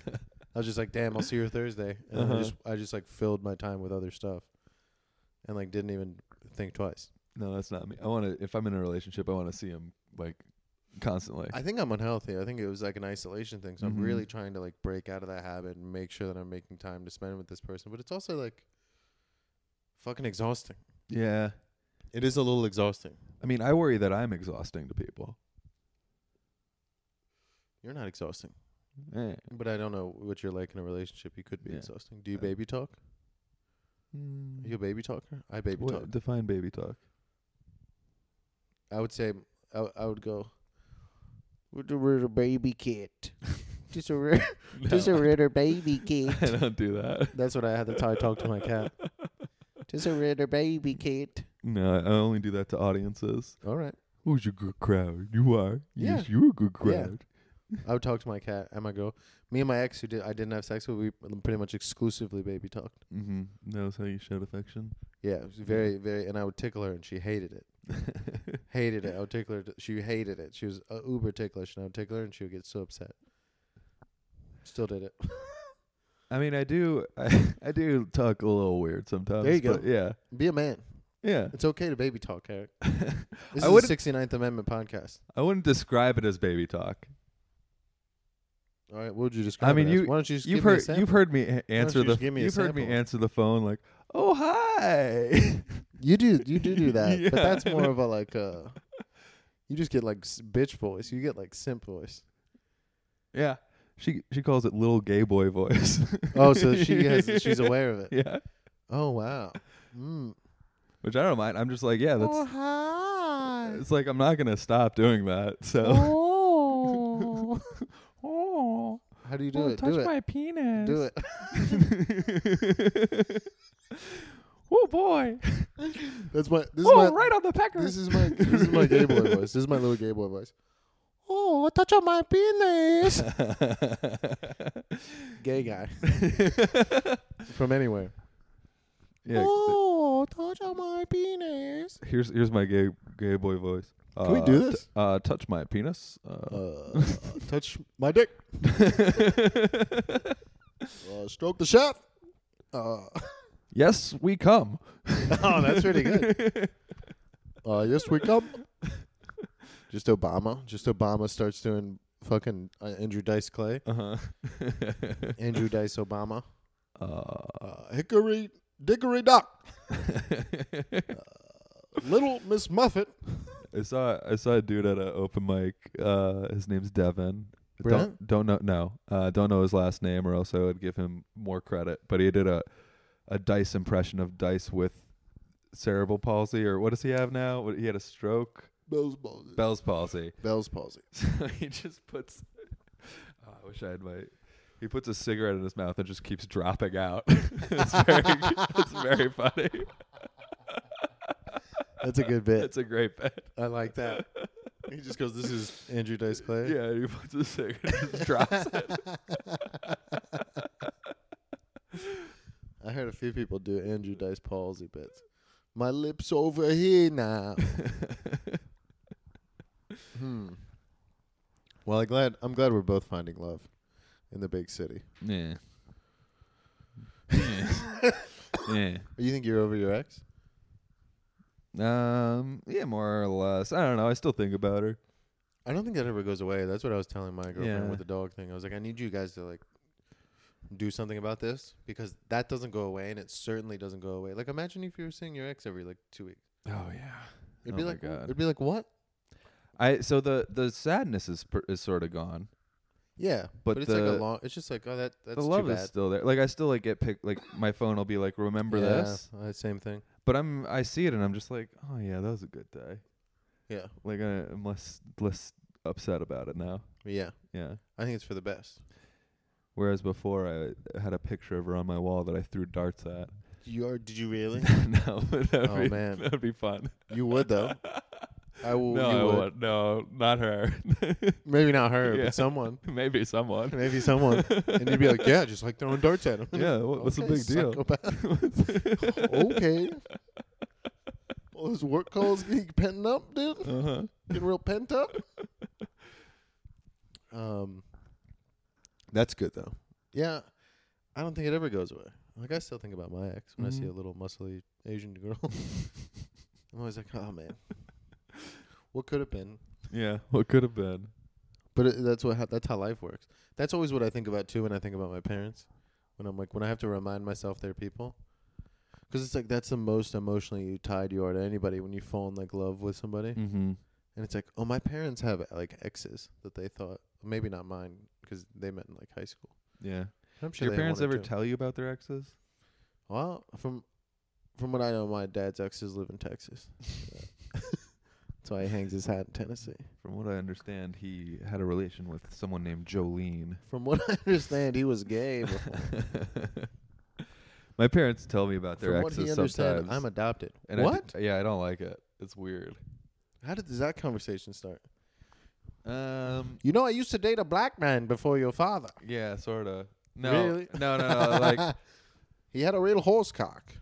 S2: I was just like, damn, I'll see her Thursday, and then I
S3: Uh-huh.
S2: just I just like filled my time with other stuff, and like didn't even think twice.
S3: No, that's not me. I want to. If I'm in a relationship, I want to see him like constantly.
S2: I think I'm unhealthy. I think it was like an isolation thing. So I'm
S3: Mhm.
S2: really trying to like break out of that habit and make sure that I'm making time to spend with this person. But it's also like fucking exhausting.
S3: yeah.
S2: It is a little exhausting.
S3: I mean, I worry that I'm exhausting to people.
S2: You're not exhausting,
S3: Eh.
S2: but I don't know what you're like in a relationship. You could be
S3: Yeah.
S2: exhausting. Do you
S3: Yeah.
S2: baby talk?
S3: Mm.
S2: Are you a baby talker? I baby
S3: What-
S2: talk.
S3: Define baby talk.
S2: I would say I, I would go. We're the little baby kid. Just a ri- just a little baby kid.
S3: I don't do that.
S2: That's what I had. That's how I talk to my cat. Just a little baby kid.
S3: No, I only do that to audiences.
S2: All right.
S3: Who's your Oh, good crowd? You are.
S2: Yeah.
S3: Yes, you're a good
S2: Yeah.
S3: crowd.
S2: I would talk to my cat and my girl. Me and my ex, who did I didn't have sex with, we pretty much exclusively baby talked.
S3: Mm-hmm. That was how you showed affection.
S2: Yeah, it was very, very. And I would tickle her, and she hated it. Hated it. I would tickle her. t- She hated it. She was uh, uber ticklish, and I would tickle her, and she would get so upset. Still did it.
S3: I mean, I do. I, I do talk a little weird sometimes.
S2: There you
S3: but
S2: go.
S3: Yeah.
S2: Be a man.
S3: Yeah.
S2: It's okay to baby talk, Eric. This
S3: I
S2: is
S3: wouldn't-
S2: the 69th Amendment podcast.
S3: I wouldn't describe it as baby talk.
S2: All right, what would you describe?
S3: mean,
S2: it
S3: you-
S2: as? why don't you just
S3: You've
S2: give me a
S3: heard.
S2: sample?
S3: You've heard me a- answer
S2: you
S3: the.
S2: just give me a
S3: you've heard me
S2: sample?
S3: answer the phone like, "Oh hi."
S2: You do you do do that,
S3: Yeah,
S2: but that's
S3: I
S2: more
S3: know.
S2: of a like uh you just get like s- bitch voice. You get like simp voice.
S3: yeah. She she calls it little gay boy voice.
S2: Oh, so she has she's aware of it.
S3: yeah.
S2: Oh wow. Mm.
S3: Which I don't mind. I'm just like, yeah, that's.
S2: hi.
S3: It's like I'm not gonna stop doing that. So.
S2: Oh.
S3: Oh.
S2: How do you do it? Do it.
S3: penis.
S2: Do it.
S3: oh boy. Oh,
S2: That's my this is my
S3: on the pecker.
S2: this is my this is my gay boy voice. This is my little gay boy voice. Oh, touch on my penis. gay guy from anywhere.
S3: yeah.
S2: Oh, touch on my penis.
S3: Here's here's my gay gay boy voice.
S2: Can we do
S3: Uh,
S2: this?
S3: t- uh, touch my penis. Uh,
S2: Uh, touch my dick. Uh, stroke the shaft. Uh,
S3: yes, we come.
S2: oh, that's pretty good. Uh, yes, we come. Just Obama. Just Obama starts doing fucking uh, Andrew Dice Clay.
S3: Uh-huh.
S2: Andrew Dice Obama.
S3: Uh,
S2: Uh, Hickory Dickory Dock. Uh, Little Miss Muffet.
S3: I saw I saw a dude at an open mic. Uh, his name's Devin.
S2: Brilliant.
S3: Don't don't know no. Uh, don't know his last name, or else I would give him more credit. But he did a a dice impression of dice with cerebral palsy, or what does he have now? What, he had a stroke,
S2: Bell's palsy.
S3: Bell's palsy.
S2: Bell's palsy.
S3: So he just puts. Oh, I wish I had my. He puts a cigarette in his mouth and just keeps dropping out. it's very it's very funny.
S2: That's a good bit.
S3: It's a great bet.
S2: I like that. He just goes, "This is Andrew Dice Clay."
S3: Yeah, he puts a cigarette and just drops it.
S2: I heard a few people do Andrew Dice palsy bits. My lips over here now. hmm. Well, I'm glad I'm glad we're both finding love in the big city.
S3: Yeah. yeah.
S2: You think you're over your ex?
S3: Um. Yeah, more or less. I don't know. I still think about her.
S2: I don't think that ever goes away. That's what I was telling my girlfriend
S3: Yeah.
S2: with the dog thing. I was like, I need you guys to like do something about this because that doesn't go away, and it certainly doesn't go away. Like, imagine if you were seeing your ex every like two weeks.
S3: Oh yeah.
S2: It'd
S3: Oh
S2: be
S3: my
S2: like,
S3: God.
S2: it'd be like what?
S3: I so the the sadness is per, is sort of gone.
S2: Yeah,
S3: But
S2: but, it's like
S3: the-
S2: a long. It's just like, oh, that that's
S3: the
S2: too
S3: love
S2: bad.
S3: is still there. Like I still like get picked. Like my phone will be like, remember
S2: yeah,
S3: this.
S2: uh, same thing.
S3: But I'm I see it and I'm just like, oh yeah, that was a good day.
S2: Yeah,
S3: Like I, I'm less less upset about it now.
S2: yeah.
S3: Yeah.
S2: I think it's for the best.
S3: Whereas before I had a picture of her on my wall that I threw darts at.
S2: You are? Did you really?
S3: no, that'd
S2: Oh,
S3: be,
S2: man.
S3: that'd be fun.
S2: you would though. I will. you
S3: no, I
S2: would.
S3: wouldn't. No, not her.
S2: Maybe not her,
S3: Yeah.
S2: but someone.
S3: Maybe someone.
S2: Maybe someone. and you'd be like, yeah, just like throwing darts at him.
S3: Yeah, wha- what's the
S2: Okay,
S3: big deal?
S2: psychopath. okay. All those work calls getting pent up, dude.
S3: Uh-huh.
S2: Getting real pent up. Um, that's good though. Yeah, I don't think it ever goes away. Like I still think about my ex when I see
S3: Mhm.
S2: a little muscly Asian girl. I'm always like, oh man, what could have been?
S3: Yeah, what could have been?
S2: But it, that's what how, that's how life works. That's always what I think about too when I think about my parents. When I'm like when I have to remind myself they're people, because it's like that's the most emotionally you tied you are to anybody when you fall in like love with somebody.
S3: Mm-hmm.
S2: And it's like, oh, my parents have like exes that they thought maybe not mine because they met in like high school.
S3: Yeah.
S2: And I'm
S3: Did
S2: sure
S3: your
S2: they
S3: parents
S2: wanted
S3: ever
S2: to.
S3: tell you about their exes?
S2: Well, from from what I know, my dad's exes live in Texas. That's why he hangs his hat in Tennessee.
S3: From what I understand, he had a relation with someone named Jolene.
S2: From what I understand, he was gay. Before.
S3: My parents tell me about their
S2: From what
S3: exes
S2: he understand,
S3: sometimes.
S2: I'm adopted.
S3: and I d-
S2: what?
S3: yeah, I don't like it. It's weird.
S2: How did does that conversation start?
S3: Um.
S2: You know, I used to date a black man before your father.
S3: Yeah, sorta. No,
S2: Really?
S3: no, no, no. Like,
S2: he had a real horse cock.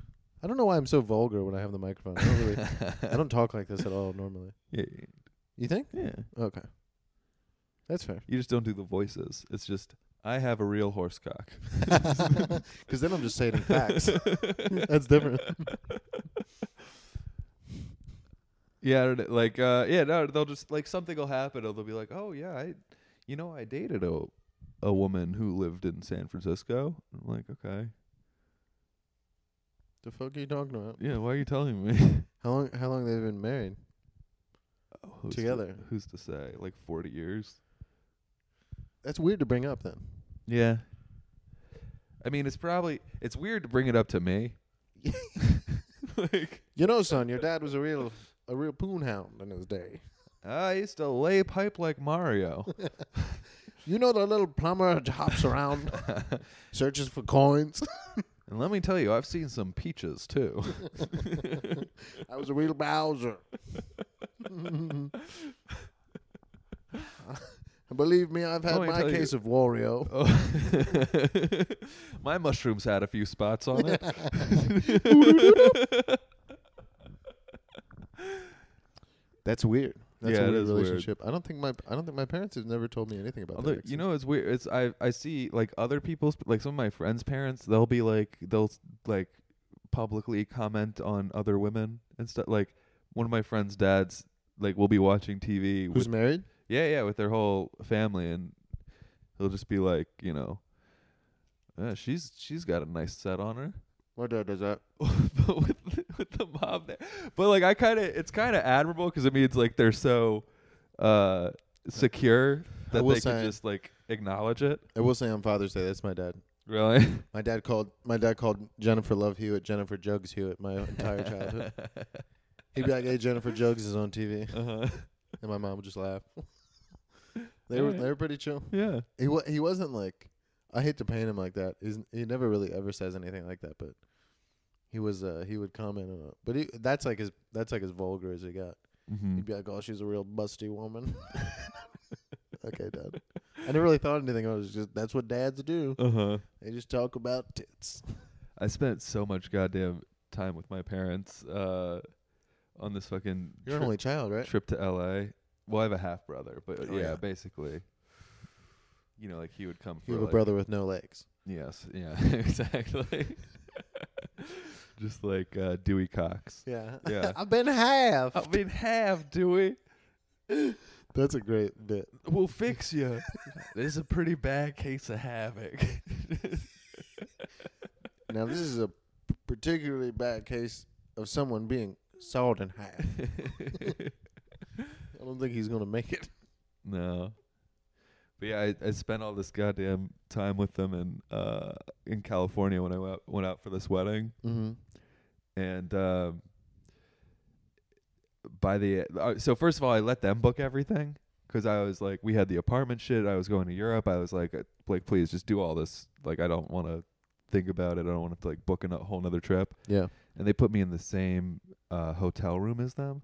S2: I don't know why I'm so vulgar when I have the microphone. I don't, really, I don't talk like this at all normally.
S3: yeah,
S2: You think?
S3: yeah.
S2: Okay, that's fair.
S3: You just don't do the voices. It's just I have a real horse cock.
S2: Because then I'm just stating facts. that's different.
S3: Yeah, I don't know, like uh, yeah, no, they'll just like something will happen. and They'll be like, oh yeah, I, you know, I dated a a woman who lived in San Francisco. I'm like, okay,
S2: The fuck are you talking about?
S3: yeah, why are you telling me?
S2: How long? How long they've been married?
S3: Oh, who's to-
S2: Together.
S3: who's to say? Like forty years.
S2: That's weird to bring up then.
S3: Yeah. I mean, it's probably it's weird to bring it up to me. like
S2: You know, son, your dad was a real a real poon hound in his day.
S3: I used to lay pipe like Mario.
S2: You know the little plumber that hops around, searches for coins.
S3: and let me tell you, I've seen some peaches too.
S2: I was a real Bowser. Believe me, I've had
S3: Let me
S2: my
S3: tell you-
S2: case of Wario.
S3: Oh. My mushrooms had a few spots on it.
S2: That's weird. That's
S3: Yeah,
S2: a
S3: it
S2: weird
S3: is weird.
S2: relationship. I don't think my I don't think my parents have never told me anything about
S3: Although
S2: that.
S3: you know, it's weird. It's I I see like other people's like some of my friends' parents. They'll be like they'll like publicly comment on other women and stuff. Like one of my friends' dads like will be watching TV.
S2: who's
S3: with,
S2: married?
S3: yeah, yeah, with their whole family, and he'll just be like, you know, "Uh, she's she's got a nice set on her.
S2: My dad does that.
S3: but with with the mom there. But like I kind of it's kind of admirable because it means like they're so uh secure that
S2: will
S3: they can
S2: say-
S3: just like acknowledge it.
S2: I will say on Father's Day, that's my dad.
S3: Really?
S2: My dad called my dad called Jennifer Love Hewitt Jennifer Jugs Hewitt my entire childhood. He'd be like, "Hey, Jennifer Jugs is on TV,"
S3: Uh-huh.
S2: and my mom would just laugh. they were
S3: Alright.
S2: they were pretty chill.
S3: Yeah.
S2: He wa- he wasn't like I hate to paint him like that. He's, he never really ever says anything like that, but he was uh he would comment on it. But he, that's like his that's like as vulgar as he got.
S3: Mm-hmm.
S2: He'd be like, "Oh, she's a real busty woman." okay, dad. I never really thought anything. I was just that's what dads do.
S3: Uh huh.
S2: They just talk about tits.
S3: I spent so much goddamn time with my parents uh on this fucking
S2: You're an
S3: trip-
S2: only child, right?
S3: trip to LA. Well, I have a half brother, but
S2: Eh. Oh,
S3: yeah,
S2: yeah.
S3: basically, you know, like he would come. For
S2: You have a
S3: like-
S2: brother with no legs.
S3: Yes. Yeah. Exactly. Just like uh, Dewey Cox.
S2: Yeah.
S3: Yeah.
S2: I've been half.
S3: I mean, half Dewey.
S2: That's a great bit.
S3: We'll fix you. this is a pretty bad case of havoc.
S2: Now this is a particularly bad case of someone being sawed in half. I don't think he's gonna make it.
S3: no. But yeah, I, I spent all this goddamn time with them in uh, in California when I went went out for this wedding.
S2: Mm-hmm.
S3: and um, by the uh, so first of all, I let them book everything because I was like, we had the apartment shit. I was going to Europe. I was like, uh, like please just do all this. Like I don't want to think about it. I don't want to like book a whole another trip.
S2: Yeah.
S3: And they put me in the same uh, hotel room as them,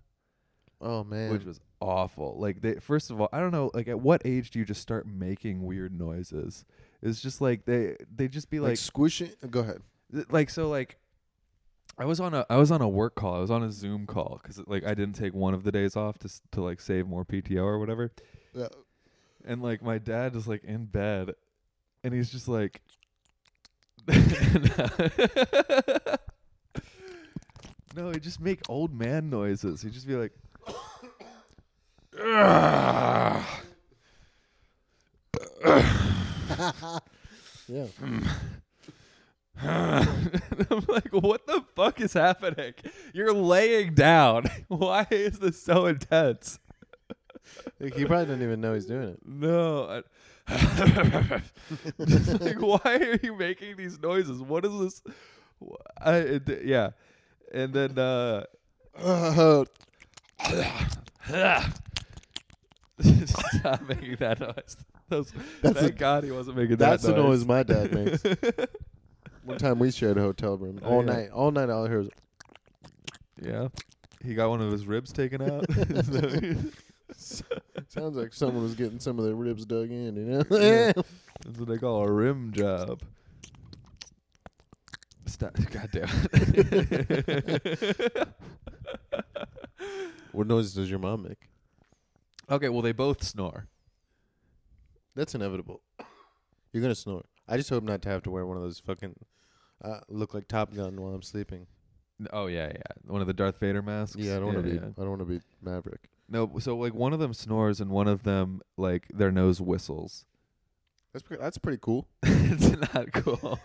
S2: Oh man.
S3: which was awful. Like they first of all, I don't know. Like at what age do you just start making weird noises? It's just like they they just be
S2: like,
S3: like
S2: squishing. Uh, Go ahead.
S3: Th- like so like I was on a I was on a work call. I was on a Zoom call cuz like I didn't take one of the days off to s- to like save more PTO or whatever.
S2: Yeah.
S3: And like my dad is like in bed and he's just like no, he'd just make old man noises. He'd just be like,
S2: Yeah.
S3: And I'm like, what the fuck is happening? You're laying down. Why is this so intense?
S2: Like, he probably didn't even know he's doing it.
S3: No. I, Just like, why are you making these noises? What is this? Wh- I, it, d- yeah. And then, uh, stop making that noise. Those,
S2: That's
S3: thank
S2: a-
S3: God he wasn't making
S2: That's
S3: that
S2: the noise my dad makes. One time we shared a hotel room
S3: Oh,
S2: all
S3: yeah.
S2: night. All night, all I heard was
S3: Yeah. He got one of his ribs taken out.
S2: sounds like someone was getting some of their ribs dug in. You know,
S3: Yeah. That's what they call a rim job. Stop. God damn it.
S2: what noise does your mom make?
S3: okay, well, they both snore.
S2: That's inevitable. You're gonna snore. I just hope not to have to wear one of those fucking uh, look like Top Gun while I'm sleeping.
S3: N- Oh, yeah, yeah. One of the Darth Vader masks.
S2: Yeah, I don't want to be.
S3: yeah.
S2: I don't want to be Maverick.
S3: No, so, like, one of them snores and one of them, like, their nose whistles.
S2: That's pretty, that's pretty cool.
S3: it's not cool.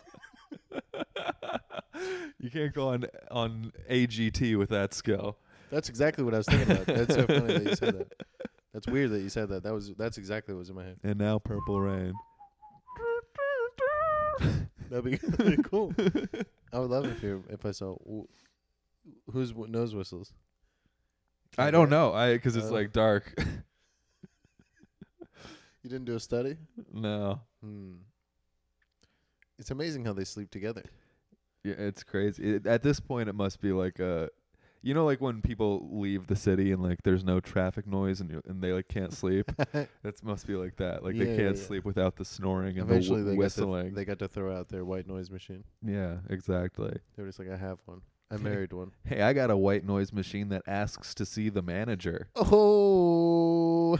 S3: you can't go on, on AGT with that skill.
S2: That's exactly what I was thinking about. That's so funny that you said that. That's weird that you said that. That was that's exactly what was in my head.
S3: And now Purple Rain.
S2: That'd be, that'd be cool. I would love if you if I saw wh- who's wh- nose whistles.
S3: I don't know. I because it's
S2: Uh,
S3: like dark.
S2: You didn't do a study.
S3: no,
S2: Hmm. It's amazing how they sleep together.
S3: yeah, it's crazy. It, at this point, it must be like a, you know, like when people leave the city and like there's no traffic noise and you, and they like can't sleep. That must be like that. Like
S2: Yeah,
S3: they
S2: yeah,
S3: can't
S2: yeah.
S3: sleep without the snoring and
S2: Eventually,
S3: the
S2: they
S3: wh-
S2: Got to,
S3: whistling.
S2: they got to throw out their white noise machine.
S3: yeah, exactly.
S2: They were just like, "I have one. I married one."
S3: Hey, I got a white noise machine that asks to see the manager.
S2: Oh,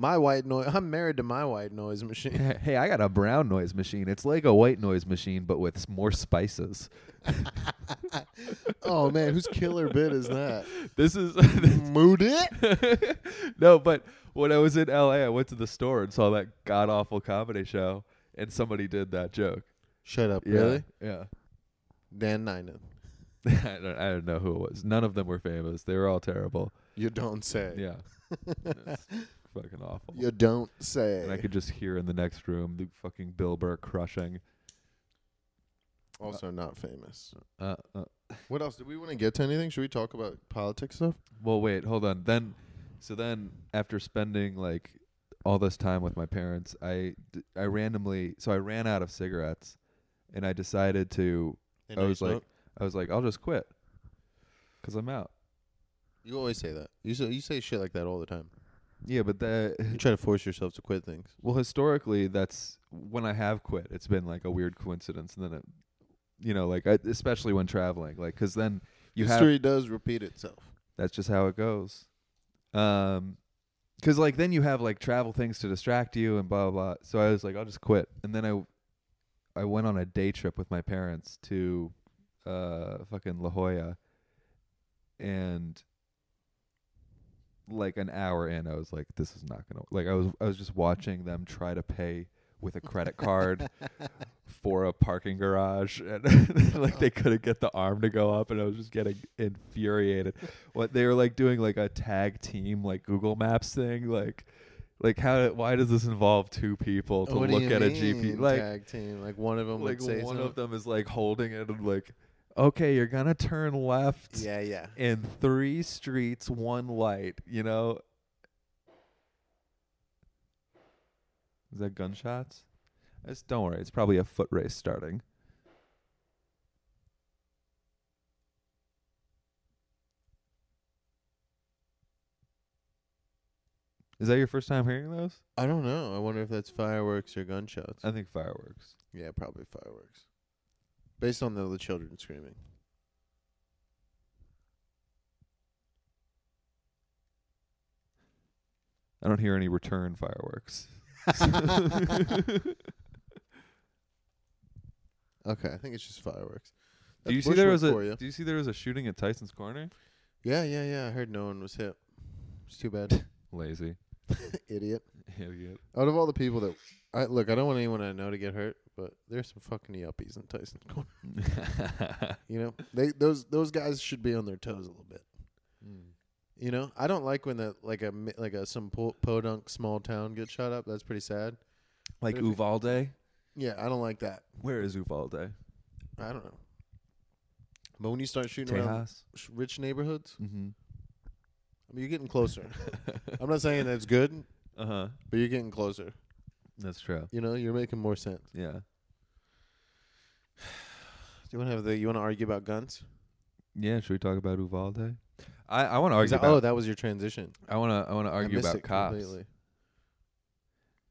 S2: my white noise. I'm married to my white noise machine.
S3: Hey, I got a brown noise machine. It's like a white noise machine, but with s- more spices.
S2: oh man, whose killer bit is that?
S3: This is
S2: Mood it.
S3: no, but when I was in LA, I went to the store and saw that god awful comedy show, and somebody did that joke.
S2: Shut up,
S3: Yeah,
S2: really?
S3: Yeah.
S2: Dan Ninen.
S3: I don't, I don't know who it was. None of them were famous. They were all terrible.
S2: You don't say.
S3: Yeah. It's fucking awful.
S2: You don't say.
S3: And I could just hear in the next room the fucking Bill Burr crushing.
S2: also not famous.
S3: Uh, uh,
S2: What else? Do we want to get to anything? Should we talk about politics stuff?
S3: well, wait, hold on. Then, so then after spending like all this time with my parents, I, d- I randomly, so I ran out of cigarettes and I decided to I was like, I was like, I'll just quit because I'm out.
S2: you always say that. You say, you say shit like that all the time.
S3: Yeah, but
S2: You
S3: that
S2: try to force yourself to quit things.
S3: well, historically, that's when I have quit. It's been like a weird coincidence, and then it, you know, like I, especially when traveling, like because then you have
S2: History does repeat itself.
S3: that's just how it goes. Um, because like then you have like travel things to distract you and blah, blah blah. So I was like, I'll just quit, and then I, I went on a day trip with my parents to, uh, fucking La Jolla, and like an hour in, I was like, this is not gonna like I was I was just watching them try to pay with a credit card for a parking garage and like they couldn't get the arm to go up and I was just getting infuriated. What they were like doing like a tag team like Google Maps thing like like how why does this involve two people to
S2: What do
S3: look
S2: you
S3: at a
S2: mean,
S3: GP like
S2: tag team, like one of them
S3: like
S2: would say
S3: one
S2: something.
S3: of them is like holding it and like okay you're gonna turn left
S2: Yeah, yeah.
S3: in three streets one light you know is that gunshots it's, don't worry it's probably a foot race starting is that your first time hearing those
S2: I don't know. I wonder if that's fireworks or gunshots.
S3: i think fireworks
S2: yeah, probably fireworks. Based on the, the children screaming.
S3: I don't hear any return fireworks.
S2: I Okay, I think it's just fireworks.
S3: Do you
S2: That's
S3: see there
S2: Bushwick
S3: was a
S2: for you.
S3: Do you see there was a shooting at Tyson's Corner?
S2: Yeah, yeah, yeah. I heard no one was hit. It's too bad,
S3: Lazy
S2: idiot.
S3: idiot.
S2: Out of all the people that I look, I don't want anyone I know to get hurt, but there's some fucking yuppies in Tyson's Corner. You know, they those those guys should be on their toes a little bit.
S3: Hmm.
S2: You know, I don't like when that like a mi- like a some po- podunk small town gets shot up. That's pretty sad.
S3: like
S2: But if you-
S3: Uvalde.
S2: Yeah, I don't like that.
S3: Where is Uvalde?
S2: I don't know. But when you start shooting around
S3: Tejas.
S2: sh- rich neighborhoods,
S3: Mm-hmm.
S2: I mean, you're getting closer. I'm not saying that's good,
S3: Uh huh.
S2: but you're getting closer.
S3: That's true.
S2: You know, you're making more sense.
S3: Yeah.
S2: Do you want to have the? You want to argue about guns?
S3: Yeah. Should we talk about Uvalde? I I want to
S2: Is
S3: argue
S2: that-
S3: about.
S2: oh, that was your transition.
S3: I want to I want to
S2: I
S3: argue
S2: missed
S3: about
S2: it
S3: cops.
S2: completely.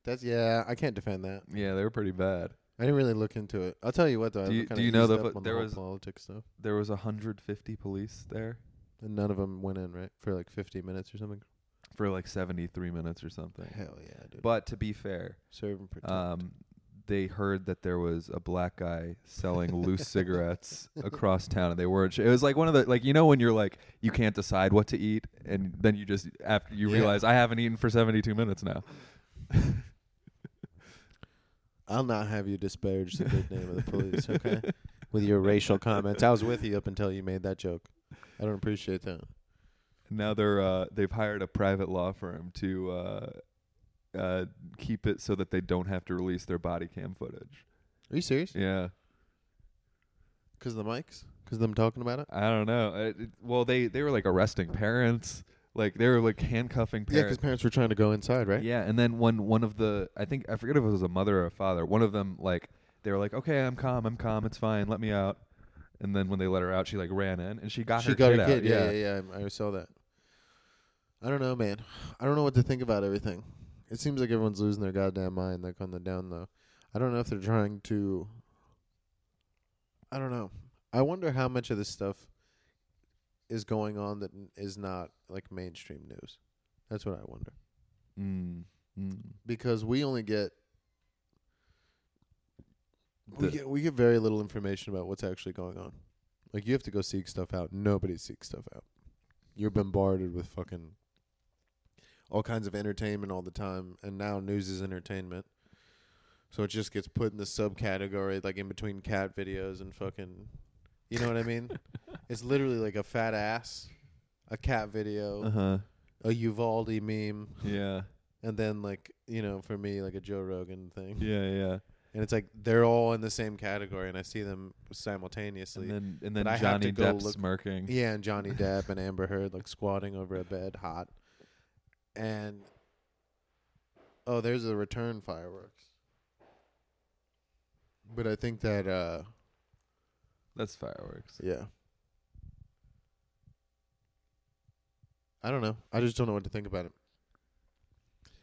S2: That's yeah. I can't defend that.
S3: Yeah, they were pretty bad.
S2: I didn't really look into it. I'll tell you what though. I'm
S3: Do you-
S2: kinda
S3: do you know
S2: eased
S3: the
S2: up
S3: fu-
S2: on
S3: there
S2: whole
S3: was-
S2: politics stuff?
S3: There was 150 police there
S2: And none of them went in right for like 50 minutes or something.
S3: for like 73 minutes or something.
S2: Hell yeah, dude.
S3: But to be fair,
S2: Serve and protect.
S3: um, they heard that there was a black guy selling loose cigarettes across town, and they weren't. Sh- it was like one of the like you know when you're like you can't decide what to eat, and then you just after you
S2: Yeah.
S3: realize I haven't eaten for 72 minutes now.
S2: I'll not have you disparage the good name of the police, okay? With your racial comments. I was with you up until you made that joke. I don't appreciate that.
S3: Now they're uh, they've hired a private law firm to uh, uh, keep it so that they don't have to release their body cam footage.
S2: Are you serious?
S3: Yeah.
S2: Because of the mics? Because of them talking about it?
S3: I don't know. It, it- well, they they were like arresting parents, like they were like handcuffing
S2: Yeah, because
S3: parents.
S2: parents were trying to go inside, right?
S3: Yeah, and then when one of the I think I forget if it was a mother or a father, one of them like they were like, "Okay, I'm calm, I'm calm, it's fine, let me out." And then when they let her out, she like ran in and she got
S2: she
S3: her
S2: got
S3: kid
S2: her
S3: out.
S2: kid. Yeah, yeah, yeah. I I saw that. I don't know, man. I don't know what to think about everything. It seems like everyone's losing their goddamn mind, like on the down low. I don't know if they're trying to. I don't know. I wonder how much of this stuff is going on that n- is not like mainstream news. That's what I wonder
S3: Mm, mm.
S2: because we only get we
S3: The-
S2: get we get very little information about what's actually going on. Like you have to go seek stuff out. Nobody seeks stuff out. You're bombarded with fucking all kinds of entertainment all the time, and now news is entertainment. So it just gets put in the subcategory, like in between cat videos and fucking, you know what I mean? it's literally like a fat ass, a cat video,
S3: Uh huh.
S2: a Uvalde meme,
S3: Yeah.
S2: and then like you know, for me, like a Joe Rogan thing.
S3: Yeah. Yeah.
S2: And it's like they're all in the same category, and I see them simultaneously.
S3: And then and then
S2: I have to
S3: Johnny
S2: go
S3: Depp
S2: look-
S3: smirking.
S2: yeah, and Johnny Depp and Amber Heard like squatting over a bed, hot. And oh, there's the return fireworks. But I think that uh
S3: That's fireworks.
S2: yeah. I don't know. I just don't know what to think about it.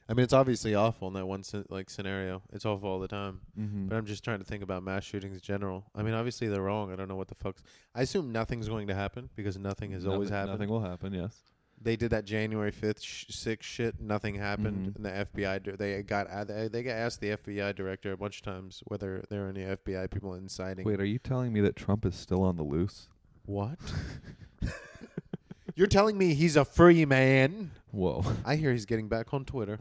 S2: I mean, it's obviously awful in that one scen- like scenario. It's awful all the time.
S3: Mm-hmm.
S2: But I'm just trying to think about mass shootings in general. I mean, obviously they're wrong. I don't know what the fuck's. I assume nothing's going to happen because nothing has always happened.
S3: Nothing will happen. Yes.
S2: They did that January 5th, sh- 6th shit. Nothing happened.
S3: Mhm.
S2: And the FBI, dir- they got a- they they got asked the FBI director a bunch of times whether there are any FBI people inciting.
S3: Wait, are you telling me that Trump is still on the loose?
S2: What? You're telling me he's a free man?
S3: Whoa.
S2: I hear he's getting back on Twitter.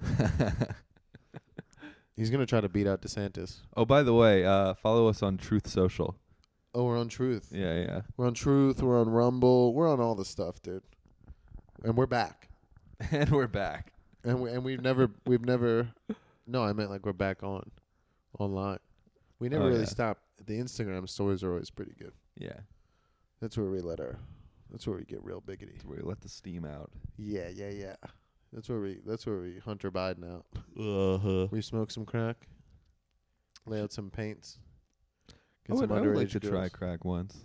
S2: He's gonna try to beat out DeSantis.
S3: oh, by the way, uh, follow us on Truth Social.
S2: Oh, we're on Truth.
S3: Yeah, yeah.
S2: We're on Truth. We're on Rumble. We're on all the stuff, dude. And we're back.
S3: and we're back.
S2: And we and we've never we've never no, I meant like we're back on online. We never
S3: Oh,
S2: really
S3: yeah.
S2: stopped. The Instagram stories are always pretty good.
S3: Yeah,
S2: That's where we let our that's where we get real biggity.
S3: it's where we let the steam out.
S2: Yeah, yeah, yeah. That's where we that's where we Hunter Biden out.
S3: Uh-huh.
S2: We smoke some crack. Lay out some paints.
S3: I would, Oh, I would like
S2: underage
S3: to try
S2: girls.
S3: crack once.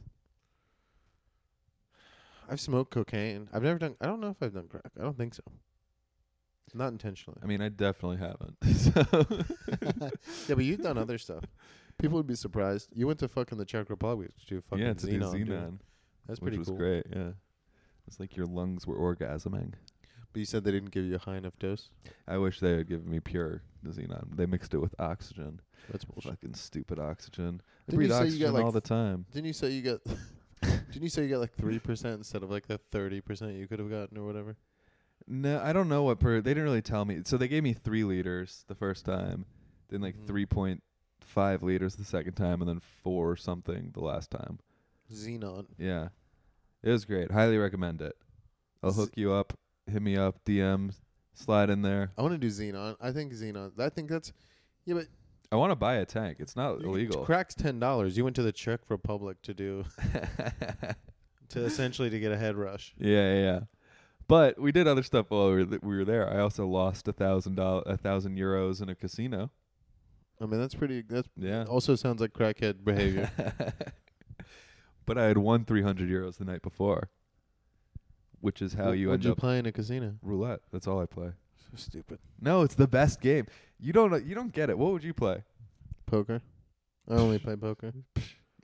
S2: I've smoked cocaine. I've never done I don't know if I've done crack. I don't think so. Not intentionally.
S3: I mean, I definitely haven't. so
S2: yeah, but you've done other stuff. People would be surprised. You went to fucking the Czech Republic to do fucking
S3: yeah, to do
S2: Xenon, dude.
S3: xenon,
S2: That's
S3: which
S2: pretty
S3: was
S2: cool.
S3: great. Yeah, it's like your lungs were orgasming.
S2: But you said they didn't give you a high enough dose.
S3: I wish they had given me pure xenon. They mixed it with oxygen.
S2: That's bullshit.
S3: Fucking stupid oxygen.
S2: Didn't
S3: I
S2: you
S3: breathe
S2: say you got,
S3: oxygen
S2: like,
S3: all the time.
S2: Didn't you say you got? didn't you say you got like three percent instead of like the thirty percent you could have gotten or whatever?
S3: No, I don't know what per. They didn't really tell me. So they gave me three liters the first time, then like
S2: Mhm.
S3: three point five liters the second time, and then four or something the last time.
S2: Xenon.
S3: Yeah, it was great. Highly recommend it. I'll
S2: Z-
S3: hook you up. Hit me up. DM. Slide in there.
S2: I want to do xenon. I think xenon. I think that's yeah, but
S3: I want to buy a tank. It's not
S2: you-
S3: illegal.
S2: Crack's ten dollars. You went to the Czech Republic to do to essentially to get a head rush.
S3: Yeah, yeah, yeah. But we did other stuff while we were, th- we were there. I also lost a thousand dollars, a thousand euros in a casino.
S2: I mean, that's pretty. That's
S3: Yeah.
S2: also sounds like crackhead Oh, behavior.
S3: but I had won three hundred euros the night before, which is how
S2: Wh-
S3: you
S2: would
S3: end
S2: you
S3: up
S2: play in a casino?
S3: roulette. That's all I play.
S2: So stupid.
S3: No, it's the best game. You don't you don't get it. What would you play?
S2: Poker. I only play poker.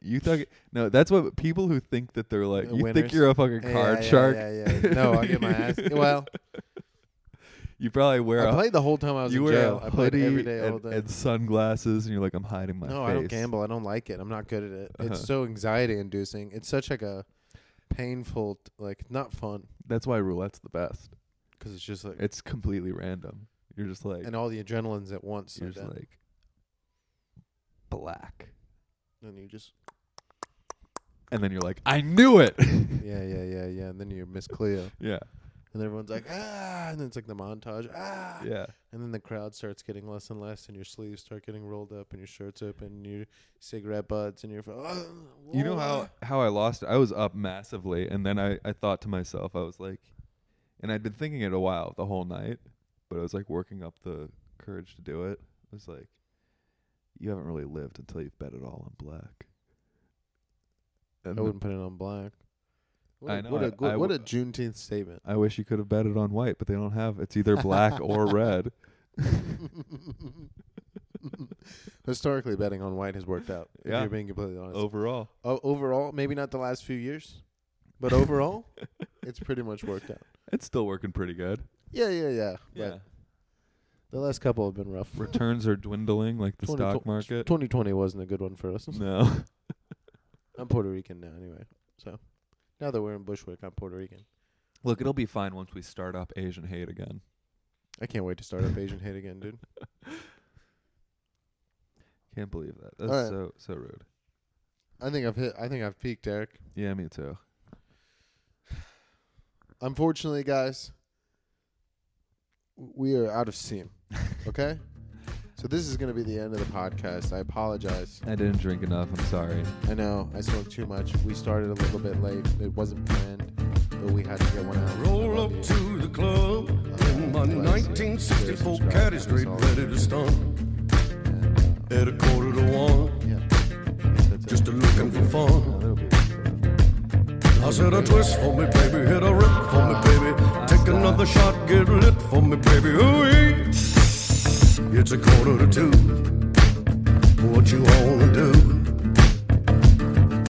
S3: You think no? That's what people who think that they're like.
S2: Uh,
S3: You think
S2: winners.
S3: you're a fucking
S2: Yeah,
S3: card
S2: yeah,
S3: shark.
S2: Yeah, yeah, No, I get my ass. Well,
S3: You probably wear
S2: I
S3: a
S2: played the whole time I was
S3: you
S2: in
S3: wear
S2: jail.
S3: a
S2: I played
S3: hoodie
S2: every day, all
S3: and,
S2: day.
S3: and sunglasses, and you're like, I'm hiding my
S2: No,
S3: face.
S2: I don't gamble. I don't like it. I'm not good at it.
S3: Uh-huh.
S2: It's so anxiety inducing. It's such like a painful, t- like not fun
S3: That's why roulette's the best.
S2: because it's just like
S3: It's completely random. You're just like
S2: and all the adrenaline's at once.
S3: you're
S2: Like
S3: just
S2: that.
S3: like black,
S2: and you just
S3: and then you're like, I knew it.
S2: yeah, yeah, yeah, yeah. And then you're Miss Cleo,
S3: yeah,
S2: and everyone's like ah, and then it's like the montage ah,
S3: yeah.
S2: and then the crowd starts getting less and less, and your sleeves start getting rolled up, and your shirts open, and your cigarette butts, and your uh,
S3: You know how how I lost it? I was up massively, and then I I thought to myself, I was like, and I'd been thinking it a while the whole night, but I was like working up the courage to do it. I was like, you haven't really lived until you've bet it all on black. And
S2: I wouldn't put it on black. What
S3: I
S2: a-
S3: know,
S2: What
S3: I-
S2: a good-
S3: I
S2: what a
S3: w-
S2: Juneteenth statement.
S3: I wish you could have bet it on white, but they don't have. It's either black or red.
S2: Historically, betting on white has worked out. If
S3: Yeah.
S2: you're being completely honest.
S3: Overall,
S2: O- overall, maybe not the last few years, but overall, it's pretty much worked out.
S3: it's still working pretty good.
S2: Yeah, yeah, yeah. But the last couple have been rough.
S3: returns are dwindling like the
S2: 20
S3: stock market.
S2: 2020 wasn't a good one for us.
S3: No,
S2: I'm Puerto Rican now, anyway. So now that we're in Bushwick, I'm Puerto Rican.
S3: look, it'll be fine once we start up Asian hate again.
S2: I can't wait to start up Asian hate again, dude.
S3: Can't believe that. That's
S2: Alright.
S3: so so rude.
S2: I think I've hit. I think I've peaked, Eric.
S3: Yeah, me too.
S2: Unfortunately, guys, we are out of steam. Okay? so this is going to be the end of the podcast. I apologize.
S3: I didn't drink enough. I'm sorry.
S2: I know I smoked too much. We started a little bit late. It wasn't planned, but we had to get one out.
S1: Roll
S2: I love
S1: up
S2: you.
S1: to the club in my 1964 caddy straight, ready to stomp.
S2: And, uh,
S1: At a quarter to one,
S2: yeah. That's it.
S1: just a looking for fun.
S2: That'll be-
S1: I said a twist for me, baby, hit a rip for me, baby. Take another shot, get lit for me, baby. Ooh, it's a quarter to two. What you wanna do?